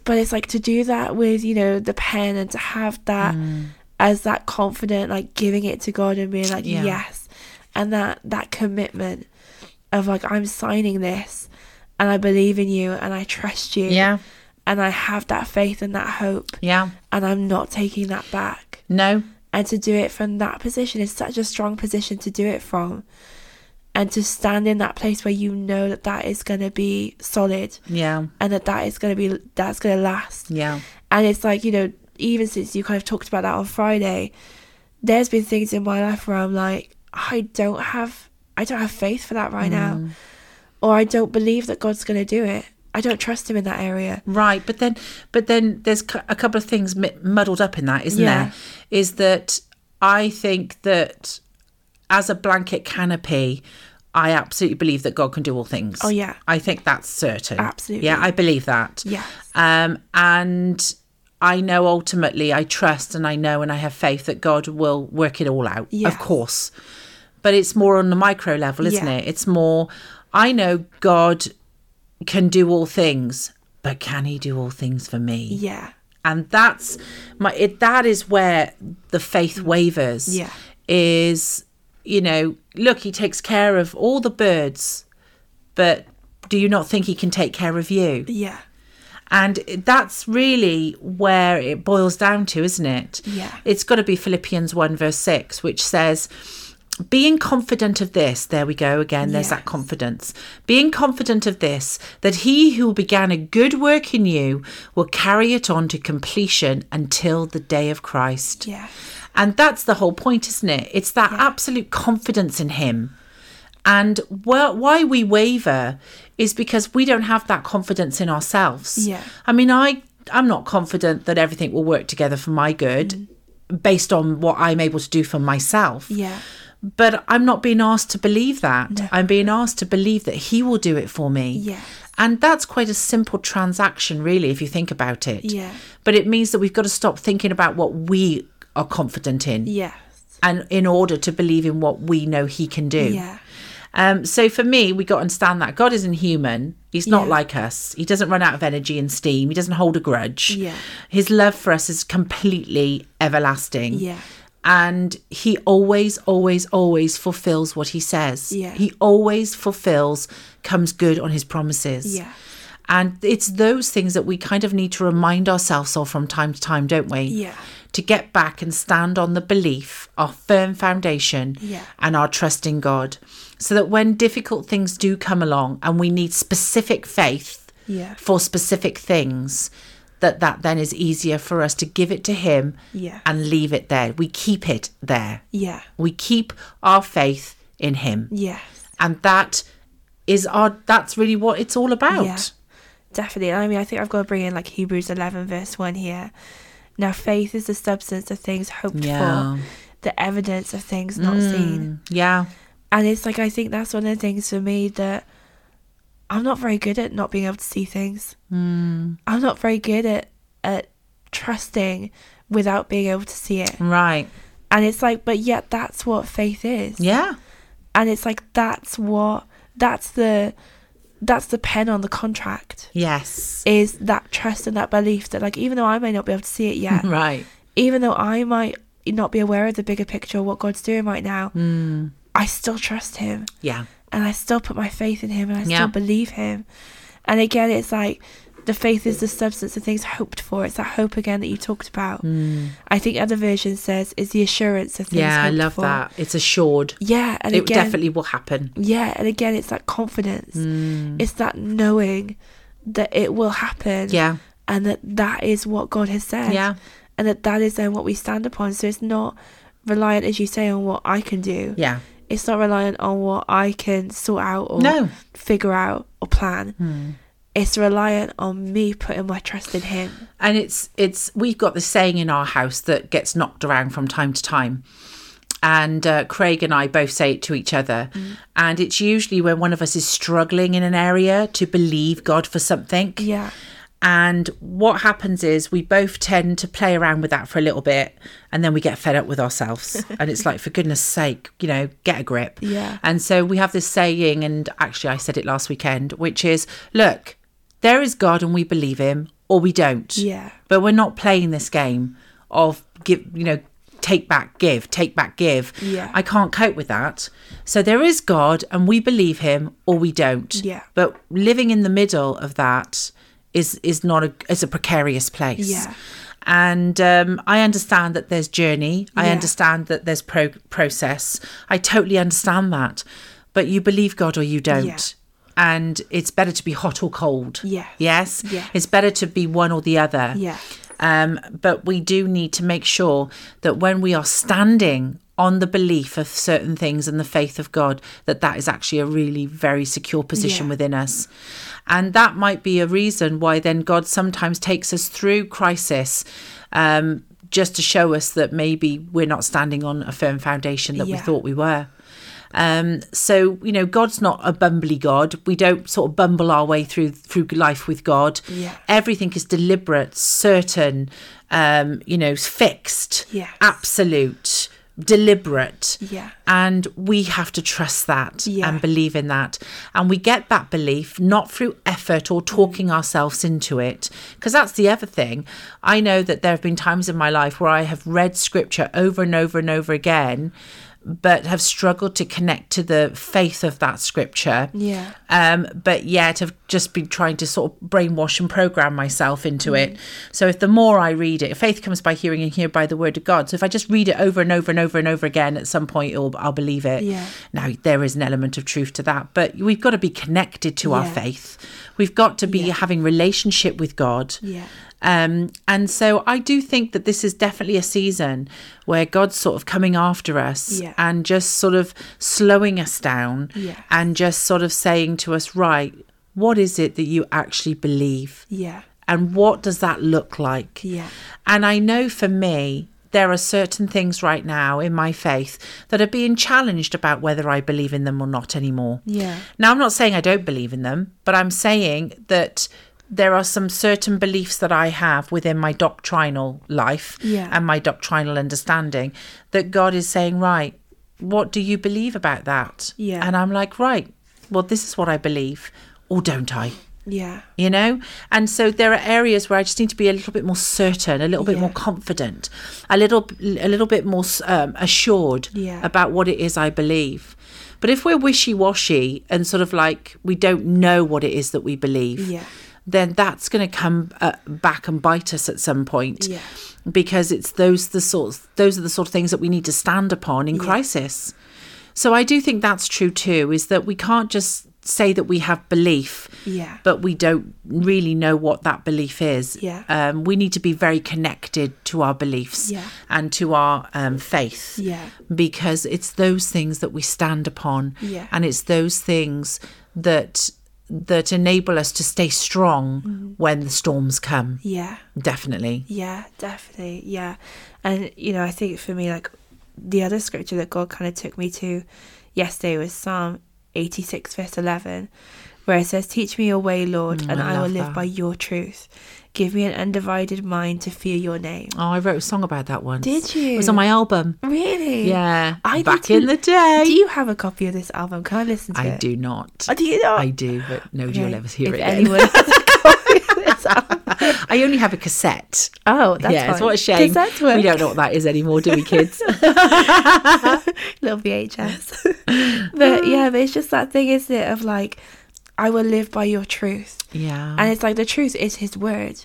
S2: but it's like to do that with you know the pen and to have that
S1: Mm.
S2: as that confident like giving it to god and being like
S1: Yeah.
S2: yes and that that commitment of like i'm signing this and i believe in you and i trust you
S1: Yeah.
S2: and i have that faith and that hope
S1: Yeah.
S2: and i'm not taking that back
S1: No.
S2: and to do it from that position is such a strong position to do it from and to stand in that place where you know that that is going to be solid
S1: Yeah.
S2: and that that is going to be that's going to last
S1: Yeah.
S2: and it's like you know even since you kind of talked about that on friday there's been things in my life where i'm like i don't have i don't have faith for that right now or i don't believe that god's going to do it i don't trust him in that area
S1: Right, but then, but then there's cu- a couple of things mi- muddled up in that, isn't
S2: Yeah.
S1: there? Is that I think that as a blanket canopy, I absolutely believe that God can do all things.
S2: Oh, yeah.
S1: I think that's certain.
S2: Absolutely.
S1: yeah, I believe that.
S2: Yes.
S1: um, and I know ultimately, I trust and I know and I have faith that God will work it all out.
S2: Yes.
S1: Of course, but it's more on the micro level, isn't
S2: Yeah.
S1: it? It's more, I know God can do all things, but can he do all things for me?
S2: yeah
S1: And that's my it, that is where the faith wavers.
S2: Yeah.
S1: Is you know, look, he takes care of all the birds, but do you not think he can take care of you?
S2: yeah
S1: And that's really where it boils down to, isn't it?
S2: Yeah.
S1: It's got to be Philippians 1, verse 6, which says, being confident of this, there we go again, there's that
S2: Yes.
S1: confidence. Being confident of this, that he who began a good work in you will carry it on to completion until the day of Christ.
S2: yeah
S1: And that's the whole point, isn't it? It's that absolute confidence in Him. And wh- why we waver is because we don't have that confidence in ourselves.
S2: Yeah.
S1: I mean, I I'm not confident that everything will work together for my good, based on what I'm able to do for myself.
S2: Mm. yeah
S1: But I'm not being asked to believe that.
S2: No.
S1: I'm being asked to believe that He will do it for me.
S2: Yes.
S1: And that's quite a simple transaction, really, if you think about it.
S2: Yeah.
S1: But it means that we've got to stop thinking about what we are confident in
S2: yes
S1: and in order to believe in what we know he can do.
S2: yeah
S1: Um, so for me, we got to understand that God isn't human. He's not
S2: Yeah.
S1: like us. He doesn't run out of energy and steam. He doesn't hold a grudge.
S2: Yeah.
S1: His love for us is completely everlasting.
S2: Yeah.
S1: And he always, always, always fulfills what he says.
S2: Yeah.
S1: He always fulfills, comes good on his promises.
S2: Yeah.
S1: And it's those things that we kind of need to remind ourselves of from time to time, don't we?
S2: Yeah.
S1: To get back and stand on the belief, our firm foundation,
S2: Yeah.
S1: and our trust in God. So that when difficult things do come along and we need specific faith
S2: Yeah.
S1: for specific things, that that then is easier for us to give it to Him
S2: Yeah.
S1: and leave it there. We keep it there.
S2: yeah
S1: We keep our faith in Him.
S2: yes
S1: And that is our that's really what it's all about.
S2: Yeah, definitely. I mean, I think I've got to bring in like Hebrews 11, verse 1 here. Now, faith is the substance of things hoped
S1: Yeah.
S2: for, the evidence of things not seen.
S1: Yeah.
S2: And it's like, I think that's one of the things for me that I'm not very good at not being able to see things. Mm. I'm not very good at, at trusting without being able to see it.
S1: Right.
S2: And it's like, but yet that's what faith is.
S1: Yeah.
S2: And it's like, that's what, that's the, that's the pen on the contract.
S1: Yes.
S2: is that trust and that belief that like even though I may not be able to see it yet,
S1: Right.
S2: even though I might not be aware of the bigger picture or what God's doing right now,
S1: Mm.
S2: I still trust him
S1: Yeah.
S2: and I still put my faith in him and I
S1: Yeah.
S2: still believe him. And again it's like the faith is the substance of things hoped for. It's that hope again that you talked about. I think other version says is the assurance of things.
S1: Mm. Yeah, I
S2: hoped
S1: love
S2: for.
S1: that. It's assured.
S2: Yeah, and
S1: it
S2: again,
S1: definitely will happen.
S2: yeah, and again it's that confidence.
S1: Mm.
S2: It's that knowing that it will happen
S1: Yeah.
S2: and that that is what God has said.
S1: Yeah.
S2: And that that is then what we stand upon. So it's not reliant, as you say, on what I can do.
S1: Yeah.
S2: It's not reliant on what I can sort out or
S1: No. Hmm.
S2: figure out or plan. It's reliant on me putting my trust in Him.
S1: And it's it's we've got the saying in our house that gets knocked around from time to time. And uh, Craig and I both say it to each other.
S2: Mm.
S1: And it's usually when one of us is struggling in an area to believe God for something.
S2: Yeah.
S1: And what happens is we both tend to play around with that for a little bit and then we get fed up with ourselves. and it's like, for goodness sake, you know, get a grip.
S2: Yeah.
S1: And so we have this saying, and actually I said it last weekend, which is look, there is God and we believe him or we don't.
S2: Yeah.
S1: But we're not playing this game of give, you know, take back, give, take back, give.
S2: Yeah.
S1: I can't cope with that. So there is God and we believe him or we don't.
S2: Yeah.
S1: But living in the middle of that is is not a is a precarious place.
S2: Yeah.
S1: And um, I understand that there's journey. I
S2: Yeah.
S1: understand that there's pro- process. I totally understand that. But you believe God or you don't.
S2: Yeah.
S1: And it's better to be hot or cold.
S2: Yeah.
S1: Yes.
S2: Yeah.
S1: It's better to be one or the other.
S2: Yeah.
S1: Um, but we do need to make sure that when we are standing on the belief of certain things and the faith of God, that that is actually a really very secure position
S2: Yeah.
S1: within us. And that might be a reason why then God sometimes takes us through crisis. Um, just to show us that maybe we're not standing on a firm foundation that we
S2: Yeah.
S1: thought we were. Um, so you know, God's not a bumbly God. We don't sort of bumble our way through through life with God.
S2: Yeah.
S1: Everything is deliberate, certain, um, you know, fixed,
S2: Yes.
S1: absolute, deliberate.
S2: Yeah.
S1: And we have to trust that
S2: Yeah.
S1: and believe in that. And we get that belief not through effort or talking ourselves into it. Because that's the other thing. I know that there have been times in my life where I have read scripture over and over and over again, but have struggled to connect to the faith of that scripture.
S2: Yeah.
S1: Um, but yet I've just been trying to sort of brainwash and program myself into
S2: Mm.
S1: it. So if the more I read it, faith comes by hearing and hear by the word of God. So if I just read it over and over and over and over again, at some point it'll, I'll believe it.
S2: Yeah.
S1: Now there is an element of truth to that, but we've got to be connected to our
S2: Yeah.
S1: faith. We've got to be
S2: Yeah.
S1: having relationship with God.
S2: Yeah.
S1: Um, and so I do think that this is definitely a season where God's sort of coming after us
S2: Yeah.
S1: and just sort of slowing us down
S2: Yeah.
S1: and just sort of saying to us, right, what is it that you actually believe?
S2: Yeah.
S1: And what does that look like?
S2: Yeah.
S1: And I know for me, there are certain things right now in my faith that are being challenged about whether I believe in them or not anymore.
S2: Yeah.
S1: Now, I'm not saying I don't believe in them, but I'm saying that there are some certain beliefs that I have within my doctrinal life
S2: Yeah.
S1: and my doctrinal understanding that God is saying, right, what do you believe about that?
S2: Yeah.
S1: And I'm like, right, well, this is what I believe, or don't I?
S2: Yeah.
S1: you know and so there are areas where i just need to be a little bit more certain a little bit
S2: Yeah.
S1: more confident a little a little bit more um, assured
S2: Yeah.
S1: about what it is i believe but if we're wishy-washy and sort of like we don't know what it is that we believe
S2: Yeah.
S1: then that's going to come uh, back and bite us at some point
S2: Yeah.
S1: because it's those the sorts those are the sort of things that we need to stand upon in crisis so i do think that's true too is that we can't just say that we have belief
S2: Yeah.
S1: but we don't really know what that belief is.
S2: Yeah.
S1: Um, we need to be very connected to our beliefs
S2: Yeah.
S1: and to our um, faith
S2: Yeah.
S1: because it's those things that we stand upon
S2: Yeah.
S1: and it's those things that that enable us to stay strong
S2: Mm-hmm.
S1: when the storms come.
S2: Yeah.
S1: Definitely.
S2: Yeah, definitely. Yeah. And, you know, I think for me, like, the other scripture that God kind of took me to yesterday was Psalm 86, verse 11, where it says, Teach me your way, Lord, and
S1: Mm, I
S2: I, will
S1: love
S2: live
S1: that.
S2: by your truth. Give me an undivided mind to fear your name.
S1: Oh, I wrote a song about that once.
S2: Did
S1: It was on
S2: you?
S1: my album.
S2: Really?
S1: Yeah.
S2: I
S1: back
S2: didn't-
S1: in the day.
S2: Do you have a copy of this album? Can I listen to
S1: I
S2: it?
S1: do not.
S2: Oh, do you not?
S1: I do, but no, you'll
S2: Okay.
S1: ever hear
S2: If
S1: it. again.
S2: anyone has a copy of this album.
S1: I only have a cassette.
S2: Oh, that's
S1: yes,
S2: fine.
S1: what a shame.
S2: Cassettes work.
S1: We don't know what that is anymore, do we, kids?
S2: little VHS. but yeah, but it's just that thing, isn't it? Of like, I will live by your truth,
S1: yeah.
S2: and it's like the truth is His word.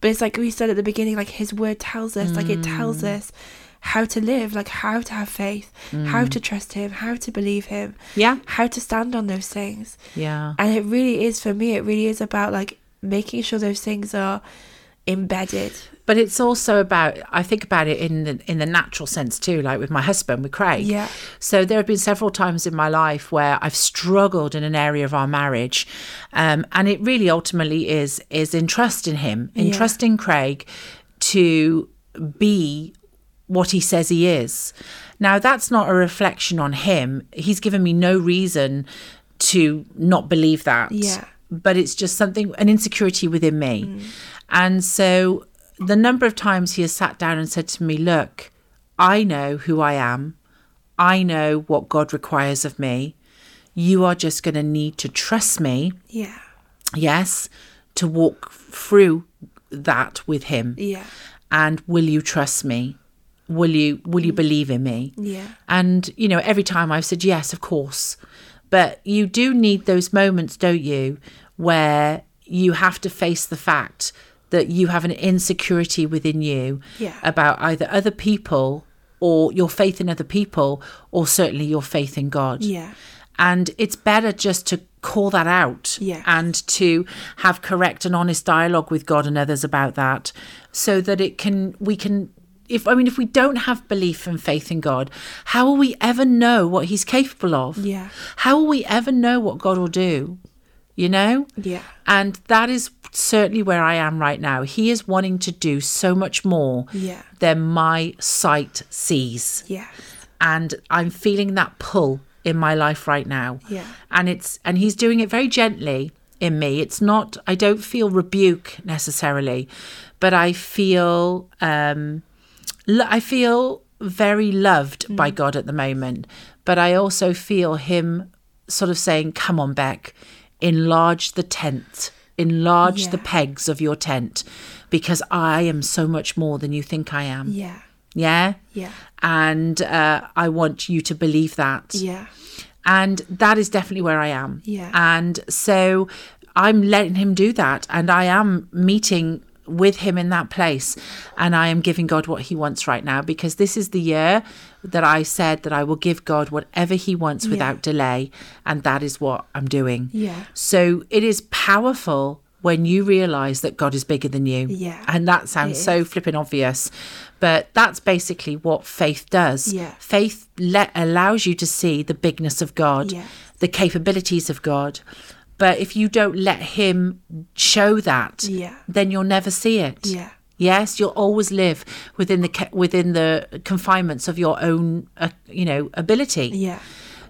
S2: But it's like we said at the beginning, like His word tells us, like it tells us how to live, like how to have faith, how to trust Him, how to believe Him,
S1: yeah.
S2: how to stand on those things.
S1: Yeah.
S2: And it really is for me. It really is about like making sure those things are embedded.
S1: But it's also about I think about it in the in the natural sense too, like with my husband, with Craig.
S2: Yeah.
S1: So there have been several times in my life where I've struggled in an area of our marriage, um, and it really ultimately is is in trust in him, in
S2: Yeah.
S1: trust in Craig, to be what he says he is. Now, that's not a reflection on him. He's given me no reason to not believe that.
S2: Yeah.
S1: But it's just something, an insecurity within me. And so the number of times he has sat down and said to me, Look, I know who I am, I know what God requires of me. You are just going to need to trust me,
S2: Yeah.
S1: yes, to walk through that with him
S2: Yeah.
S1: and will you trust me will you will you believe in me
S2: Mm. Yeah.
S1: and you know every time i've said yes of course but you do need those moments don't you where you have to face the fact that you have an insecurity within you
S2: Yeah.
S1: about either other people or your faith in other people or certainly your faith in god
S2: Yeah.
S1: and it's better just to call that out
S2: Yeah.
S1: and to have correct and honest dialogue with God and others about that so that it can, we can, if, I mean, if we don't have belief and faith in God, how will we ever know what He's capable of?
S2: Yeah.
S1: How will we ever know what God will do? You know?
S2: Yeah.
S1: And that is certainly where I am right now. He is wanting to do so much more
S2: Yeah.
S1: than my sight sees
S2: Yeah.
S1: and I'm feeling that pull in my life right now.
S2: Yeah.
S1: And it's and he's doing it very gently in me. It's not I don't feel rebuke necessarily, but I feel um lo- I feel very loved by
S2: Mm.
S1: God at the moment, but I also feel him sort of saying, "Come on, Beck, enlarge the tent." Enlarge the
S2: Yeah.
S1: pegs of your tent because I am so much more than you think I am.
S2: Yeah.
S1: Yeah.
S2: Yeah.
S1: And uh, I want you to believe that.
S2: Yeah.
S1: And that is definitely where I am.
S2: Yeah.
S1: And so I'm letting him do that. And I am meeting with him in that place. And I am giving God what he wants right now because this is the year that I said that I will give God whatever he wants without delay. And that is what I'm doing.
S2: Yeah.
S1: So it is powerful when you realize that God is bigger than you.
S2: Yeah.
S1: And that sounds so flipping obvious, but that's basically what faith does.
S2: Yeah.
S1: Faith le- allows you to see the bigness of God,
S2: Yeah.
S1: the capabilities of God. But if you don't let Him show that,
S2: Yeah.
S1: then you'll never see it.
S2: Yeah.
S1: Yes, you'll always live within the ca- within the confinements of your own, uh, you know, ability.
S2: Yeah.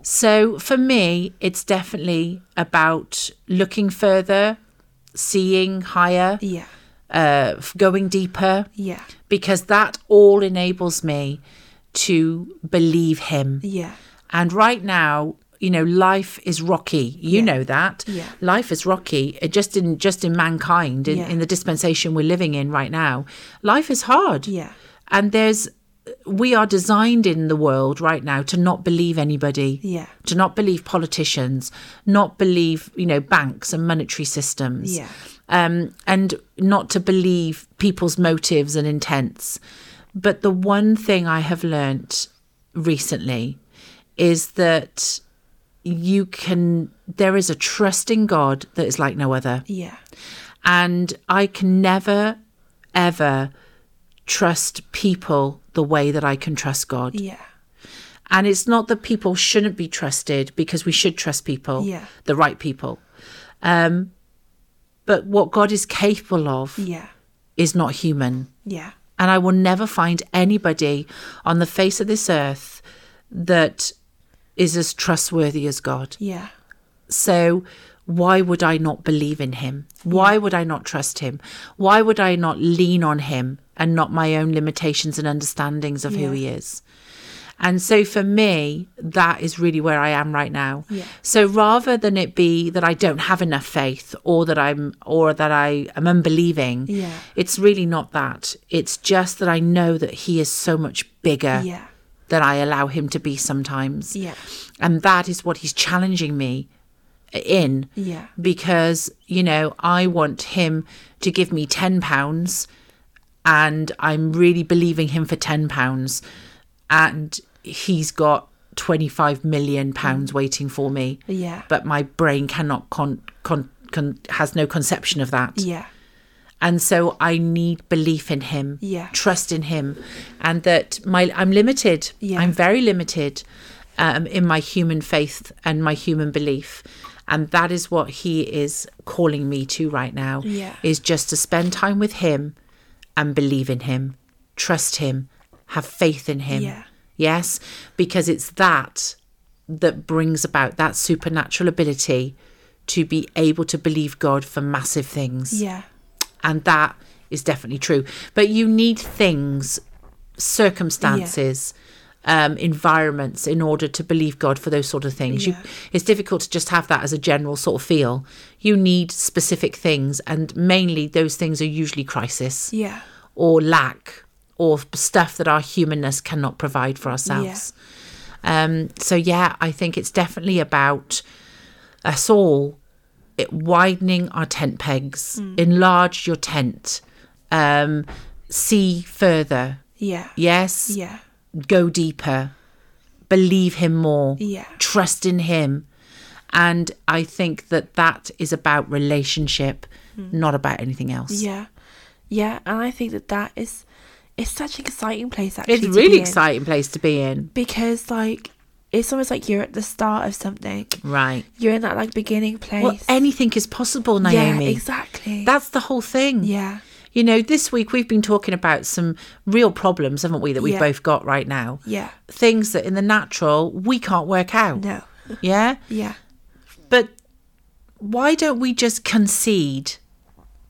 S1: So for me, it's definitely about looking further, seeing higher,
S2: Yeah.
S1: uh, f- going deeper,
S2: Yeah.
S1: because that all enables me to believe Him.
S2: Yeah.
S1: And right now, you know, life is rocky. You know that.
S2: Yeah.
S1: Life is rocky. It just in just in mankind, in,
S2: Yeah.
S1: in the dispensation we're living in right now, life is hard.
S2: Yeah.
S1: And there's we are designed in the world right now to not believe anybody
S2: Yeah.
S1: to not believe politicians, not believe you know banks and monetary systems,
S2: Yeah.
S1: um, and not to believe people's motives and intents. But the one thing I have learnt recently is that you can there is a trust in God that is like no other
S2: Yeah.
S1: and I can never ever trust people the way that I can trust God.
S2: Yeah.
S1: And it's not that people shouldn't be trusted because we should trust people,
S2: Yeah.
S1: the right people. Um, but what God is capable of
S2: Yeah.
S1: is not human.
S2: Yeah.
S1: And I will never find anybody on the face of this earth that is as trustworthy as God.
S2: Yeah.
S1: So why would I not believe in him? Why would I not trust him? Why would I not lean on him and not my own limitations and understandings of who he is? And so for me, that is really where I am right now.
S2: Yeah.
S1: So rather than it be that I don't have enough faith or that I'm or that I am unbelieving,
S2: Yeah.
S1: it's really not that. It's just that I know that he is so much bigger
S2: Yeah.
S1: than I allow him to be sometimes.
S2: Yeah.
S1: And that is what he's challenging me in.
S2: Yeah.
S1: Because, you know, I want him to give me 10 pounds and I'm really believing him for 10 pounds and he's got 25 million pounds waiting for me.
S2: Mm. Yeah.
S1: But my brain cannot con, con, con has no conception of that.
S2: Yeah.
S1: And so I need belief in him,
S2: Yeah.
S1: trust in him, and that my I'm limited.
S2: Yeah.
S1: I'm very limited um, in my human faith and my human belief. And that is what he is calling me to right now
S2: Yeah.
S1: is just to spend time with him and believe in him, trust him, have faith in him.
S2: Yeah.
S1: Yes, because it's that that brings about that supernatural ability to be able to believe God for massive things.
S2: Yeah.
S1: And that is definitely true. But you need things, circumstances, um, environments in order to believe God for those sort of things.
S2: Yeah.
S1: You, it's difficult to just have that as a general sort of feel. You need specific things, and mainly those things are usually crisis
S2: Yeah.
S1: or lack or stuff that our humanness cannot provide for ourselves. Um, so, yeah, I think it's definitely about us all it, widening our tent pegs,
S2: Mm.
S1: enlarge your tent, um, see further.
S2: Yeah.
S1: Yes,
S2: Yeah.
S1: go deeper, believe Him more,
S2: Yeah.
S1: trust in Him. And I think that that is about relationship, not about anything else.
S2: Mm. Yeah. Yeah. And I think that that is, it's such an exciting place actually.
S1: It's
S2: to
S1: a
S2: be
S1: really
S2: in.
S1: exciting place to be in.
S2: Because like, it's almost like you're at the start of something.
S1: Right.
S2: You're in that like beginning place.
S1: Well, anything is possible,
S2: yeah,
S1: Naomi.
S2: exactly.
S1: That's the whole thing.
S2: yeah.
S1: You know, this week we've been talking about some real problems, haven't we, that we've
S2: Yeah.
S1: both got right now?
S2: Yeah.
S1: Things that in the natural we can't work out.
S2: No.
S1: Yeah?
S2: Yeah.
S1: But why don't we just concede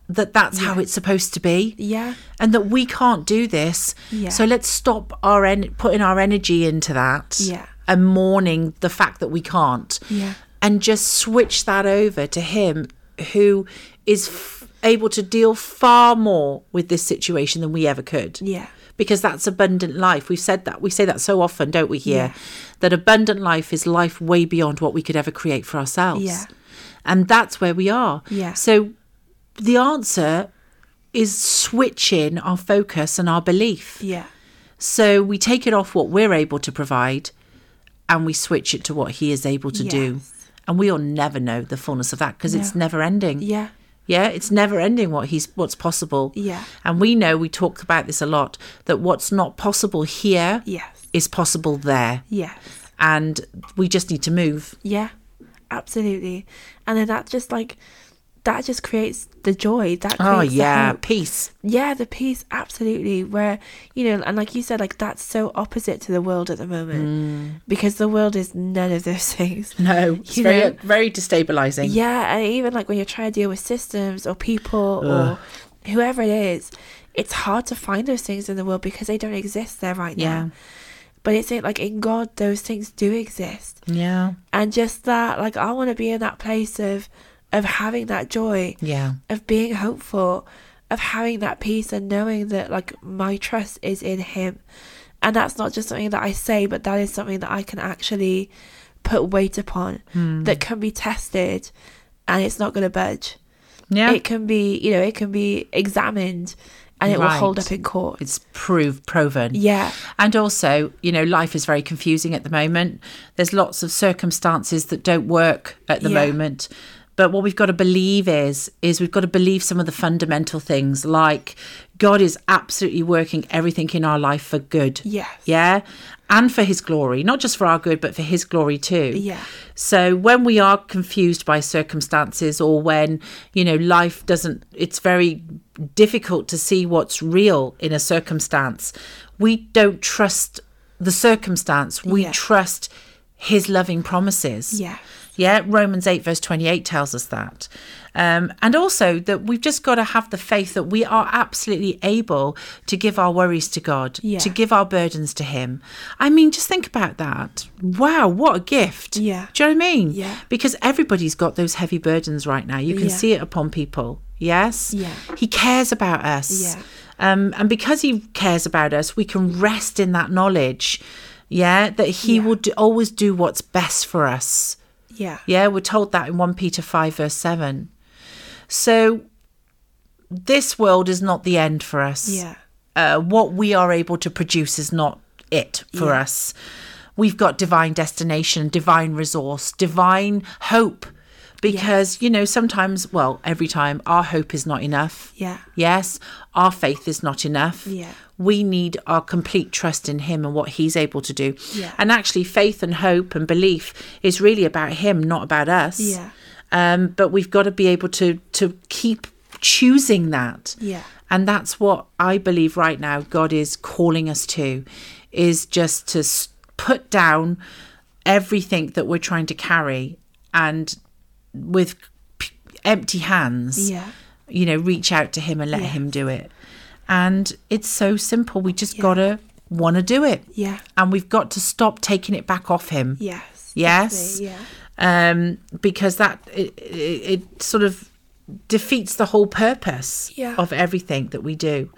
S1: that that's how it's supposed to be?
S2: Yeah.
S1: And that we can't do this.
S2: Yeah.
S1: So let's stop our en- putting our energy into that
S2: Yeah.
S1: and mourning the fact that we can't.
S2: Yeah.
S1: and just switch that over to him who is f- able to deal far more with this situation than we ever could.
S2: Yeah.
S1: Because that's abundant life. We've said that. We say that so often, don't we, here? That abundant life is life way beyond what we could ever create for ourselves.
S2: Yeah.
S1: And that's where we are.
S2: Yeah.
S1: So the answer is switching our focus and our belief.
S2: Yeah.
S1: So we take it off what we're able to provide and we switch it to what he is able to do.
S2: Yes.
S1: And we'll never know the fullness of that because it's
S2: No.
S1: never ending.
S2: Yeah.
S1: Yeah, it's never ending what he's what's possible.
S2: Yeah.
S1: And we know we talk about this a lot that what's not possible here is
S2: Yes.
S1: possible there.
S2: Yes.
S1: And we just need to move.
S2: Yeah, absolutely. And then that just like that just creates the joy. That creates
S1: Oh
S2: the
S1: yeah,
S2: hope.
S1: peace.
S2: yeah, the peace. Absolutely, where you know, and like you said, like that's so opposite to the world at the
S1: Mm.
S2: moment because the world is none of those things.
S1: No, it's
S2: You
S1: very
S2: know?
S1: very destabilizing.
S2: Yeah, and even like when you're trying to deal with systems or people or whoever it is, it's hard to find those things in the world because they don't exist there right
S1: Yeah.
S2: now. But it's like in God, those things do exist
S1: Yeah.
S2: and just that like i want to be in that place of of having that joy
S1: Yeah.
S2: of being hopeful of having that peace and knowing that like my trust is in him and that's not just something that i say but that is something that i can actually put weight upon
S1: Hmm.
S2: that can be tested and it's not going to budge
S1: Yeah.
S2: it can be you know it can be examined and it will hold
S1: Right.
S2: up in court
S1: it's proved proven.
S2: yeah
S1: And also, you know, life is very confusing at the moment. There's lots of circumstances that don't work at the
S2: Yeah.
S1: moment. But what we've got to believe is is we've got to believe some of the fundamental things like God is absolutely working everything in our life for good.
S2: Yes.
S1: Yeah. And for his glory, not just for our good, but for his glory too.
S2: Yeah.
S1: So when we are confused by circumstances or when, you know, life doesn't, it's very difficult to see what's real in a circumstance, we don't trust the circumstance. We
S2: Yeah.
S1: trust his loving promises.
S2: yeah
S1: Yeah, Romans 8, verse 28 tells us that. Um, and also that we've just got to have the faith that we are absolutely able to give our worries to God,
S2: Yeah.
S1: to give our burdens to Him. I mean, just think about that. Wow, what a gift.
S2: Yeah.
S1: Do you know what I mean?
S2: Yeah.
S1: Because everybody's got those heavy burdens right now. You can
S2: Yeah.
S1: see it upon people. Yes?
S2: Yeah.
S1: He cares about us.
S2: Yeah.
S1: Um, and because he cares about us, we can rest in that knowledge, yeah, that he will do, always do what's best for us.
S2: yeah
S1: Yeah, we're told that in 1 Peter 5, verse 7. So this world is not the end for us.
S2: Yeah.
S1: Uh, what we are able to produce is not it for
S2: Yeah.
S1: us. We've got divine destination, divine resource, divine hope. Because, you know, sometimes, well, every time, our hope is not enough.
S2: Yeah.
S1: Yes, our faith is not enough.
S2: Yeah.
S1: We need our complete trust in Him and what He's able to do.
S2: Yeah.
S1: And actually, faith and hope and belief is really about Him, not about us.
S2: Yeah.
S1: Um, but we've got to be able to to keep choosing that.
S2: Yeah.
S1: And that's what I believe right now God is calling us to is just to s- put down everything that we're trying to carry and with p- empty hands
S2: Yeah.
S1: you know, reach out to him and let
S2: Yeah.
S1: him do it. And it's so simple. We just gotta want to do it.
S2: Yeah.
S1: And we've got to stop taking it back off him.
S2: Yes.
S1: Yes.
S2: definitely, Yeah.
S1: Um, because that it, it, it sort of defeats the whole purpose
S2: Yeah.
S1: of everything that we do.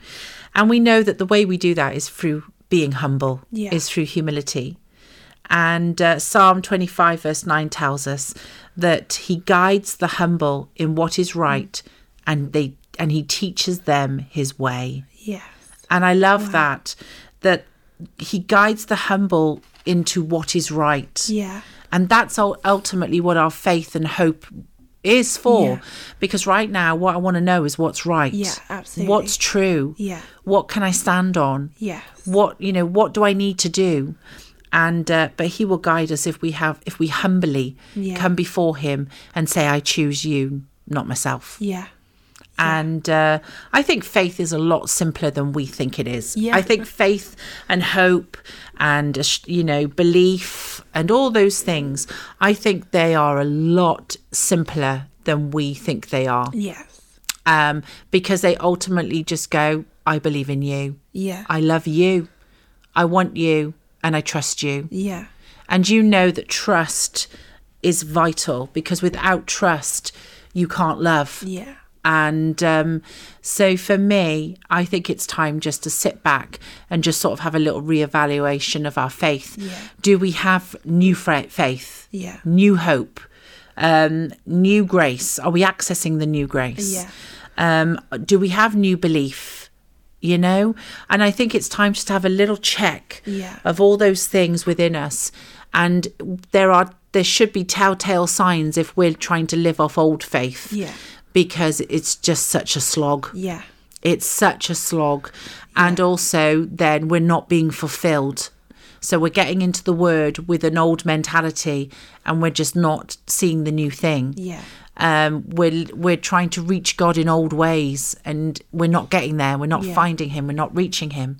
S1: And we know that the way we do that is through being humble,
S2: Yeah.
S1: is through humility. And uh, Psalm 25, verse 9 tells us that he guides the humble in what is right and they and he teaches them his way.
S2: Yes.
S1: And I love that that he guides the humble into what is right.
S2: Yeah.
S1: And that's ul- ultimately what our faith and hope is for.
S2: Yeah.
S1: Because right now, what I want to know is what's right.
S2: Yeah, absolutely.
S1: What's true?
S2: Yeah.
S1: What can I stand on?
S2: Yes.
S1: What you know? What do I need to do? And uh, but He will guide us if we have if we humbly
S2: Yeah.
S1: come before Him and say, "I choose you, not myself."
S2: Yeah.
S1: And uh, I think faith is a lot simpler than we think it is.
S2: Yeah.
S1: I think faith and hope and, uh, sh- you know, belief and all those things, I think they are a lot simpler than we think they are
S2: Yes.
S1: um, because they ultimately just go, I believe in you.
S2: Yeah.
S1: I love you. I want you and I trust you.
S2: yeah.
S1: And you know that trust is vital because without trust, you can't love.
S2: Yeah.
S1: And um, so for me, I think it's time just to sit back and just sort of have a little reevaluation of our faith.
S2: Yeah.
S1: Do we have new fra- faith?
S2: Yeah.
S1: New hope? Um, new grace? Are we accessing the new grace?
S2: Yeah.
S1: Um, do we have new belief? You know? And I think it's time just to have a little check
S2: Yeah.
S1: of all those things within us. And there are there should be telltale signs if we're trying to live off old faith
S2: Yeah.
S1: because it's just such a slog.
S2: Yeah.
S1: It's such a slog. And also, then we're not being fulfilled. So we're getting into the word with an old mentality and we're just not seeing the new thing.
S2: Yeah.
S1: Um, we're we're trying to reach God in old ways, and we're not getting there. We're not
S2: Yeah.
S1: finding Him. We're not reaching Him.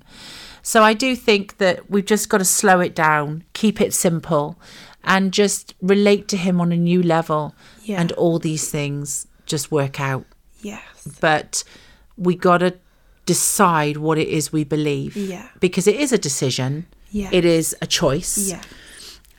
S1: So I do think that we've just got to slow it down, keep it simple, and just relate to Him on a new level.
S2: Yeah.
S1: And all these things just work out.
S2: Yes.
S1: But we got to decide what it is we believe.
S2: Yeah.
S1: Because it is a decision.
S2: Yeah.
S1: It is a choice.
S2: Yeah.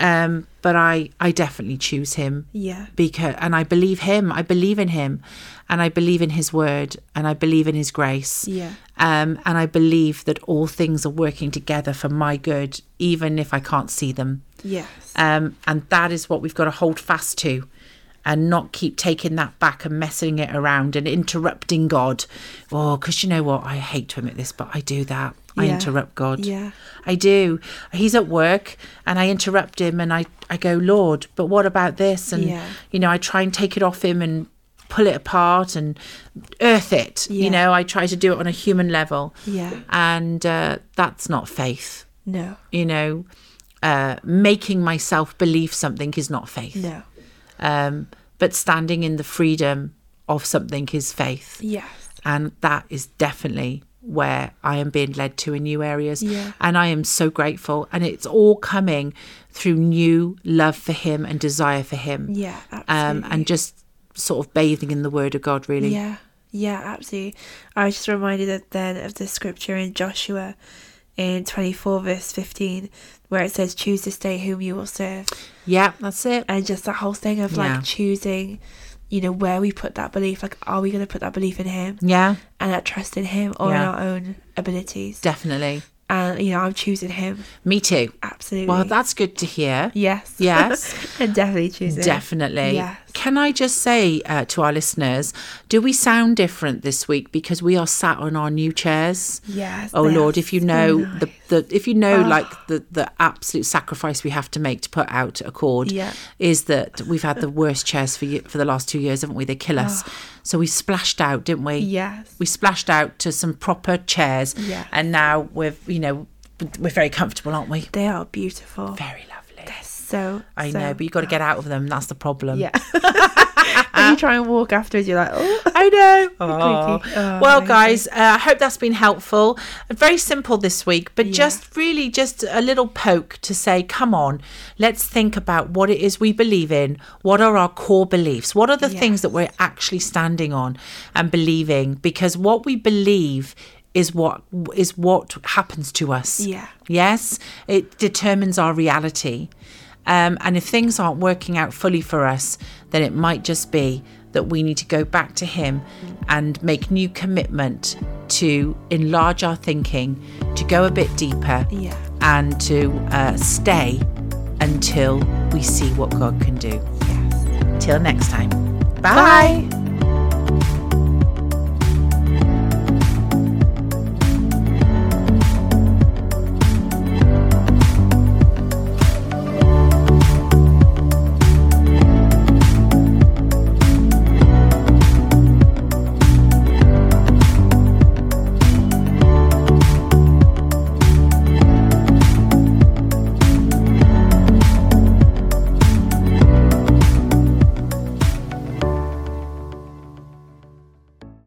S1: Um, but I I definitely choose Him
S2: Yeah.
S1: because and I believe him. I believe in him, and I believe in his word, and I believe in his grace.
S2: Yeah.
S1: Um, and I believe that all things are working together for my good, even if I can't see them.
S2: Yes.
S1: Um, and that is what we've got to hold fast to and not keep taking that back and messing it around and interrupting God. Oh, because you know what? I hate to admit this, but I do that. I
S2: Yeah.
S1: interrupt God.
S2: Yeah.
S1: I do. He's at work and I interrupt him and I, I go, Lord, but what about this? And,
S2: Yeah.
S1: you know, I try and take it off him and pull it apart and earth it.
S2: Yeah.
S1: You know, I try to do it on a human level.
S2: Yeah.
S1: And uh, that's not faith
S2: No.
S1: you know uh making myself believe something is not faith
S2: No.
S1: um but standing in the freedom of something is faith
S2: Yes.
S1: and that is definitely where I am being led to in new areas
S2: Yeah.
S1: and I am so grateful and it's all coming through new love for him and desire for him
S2: Yeah.
S1: um
S2: Absolutely.
S1: and just sort of bathing in the word of God really
S2: Yeah, yeah, absolutely. I was just reminded of- then of the scripture in Joshua in 24, verse 15, where it says, Choose this day whom you will serve.
S1: yeah that's it
S2: And just that whole thing of
S1: Yeah.
S2: like choosing, you know, where we put that belief. Like, are we going to put that belief in Him
S1: yeah
S2: and that trust in Him or in
S1: Yeah.
S2: our own abilities?
S1: definitely
S2: And, you know, I'm choosing Him.
S1: me too
S2: Absolutely.
S1: well that's good to hear
S2: Yes.
S1: Yes.
S2: and definitely choosing.
S1: Definitely.
S2: Yes.
S1: Can I just say uh, to our listeners, do we sound different this week because we are sat on our new chairs?
S2: Yes.
S1: Oh
S2: they are
S1: Lord, if you
S2: so
S1: know the, the if you know
S2: Oh.
S1: like the the absolute sacrifice we have to make to put out a chord
S2: Yeah.
S1: is that we've had the worst chairs for ye- for the last 2 years, haven't we? They kill us.
S2: Ah.
S1: So we splashed out, didn't we?
S2: Yes.
S1: We splashed out to some proper chairs
S2: Yes.
S1: and now we're you know we're very comfortable, aren't we?
S2: They are beautiful.
S1: Very lovely.
S2: So
S1: I
S2: so
S1: know, but you've got to get out of them. That's the problem.
S2: Yeah. when you try and walk afterwards, you're like, oh.
S1: I know.
S2: Aw. Creaky. Aw,
S1: well,
S2: amazing.
S1: guys, uh, I hope that's been helpful. Very simple this week, but just really just a little poke to say, come on, let's think about what it is we believe in. What are our core beliefs? What are the things that we're actually standing on and believing? Because what we believe is what is what happens to us.
S2: Yeah.
S1: Yes, it determines our reality. Um, and if things aren't working out fully for us, then it might just be that we need to go back to Him and make new commitment to enlarge our thinking, to go a bit deeper,
S2: Yeah.
S1: and to uh, stay until we see what God can do.
S2: Yes.
S1: Till next time. Bye.
S2: Bye.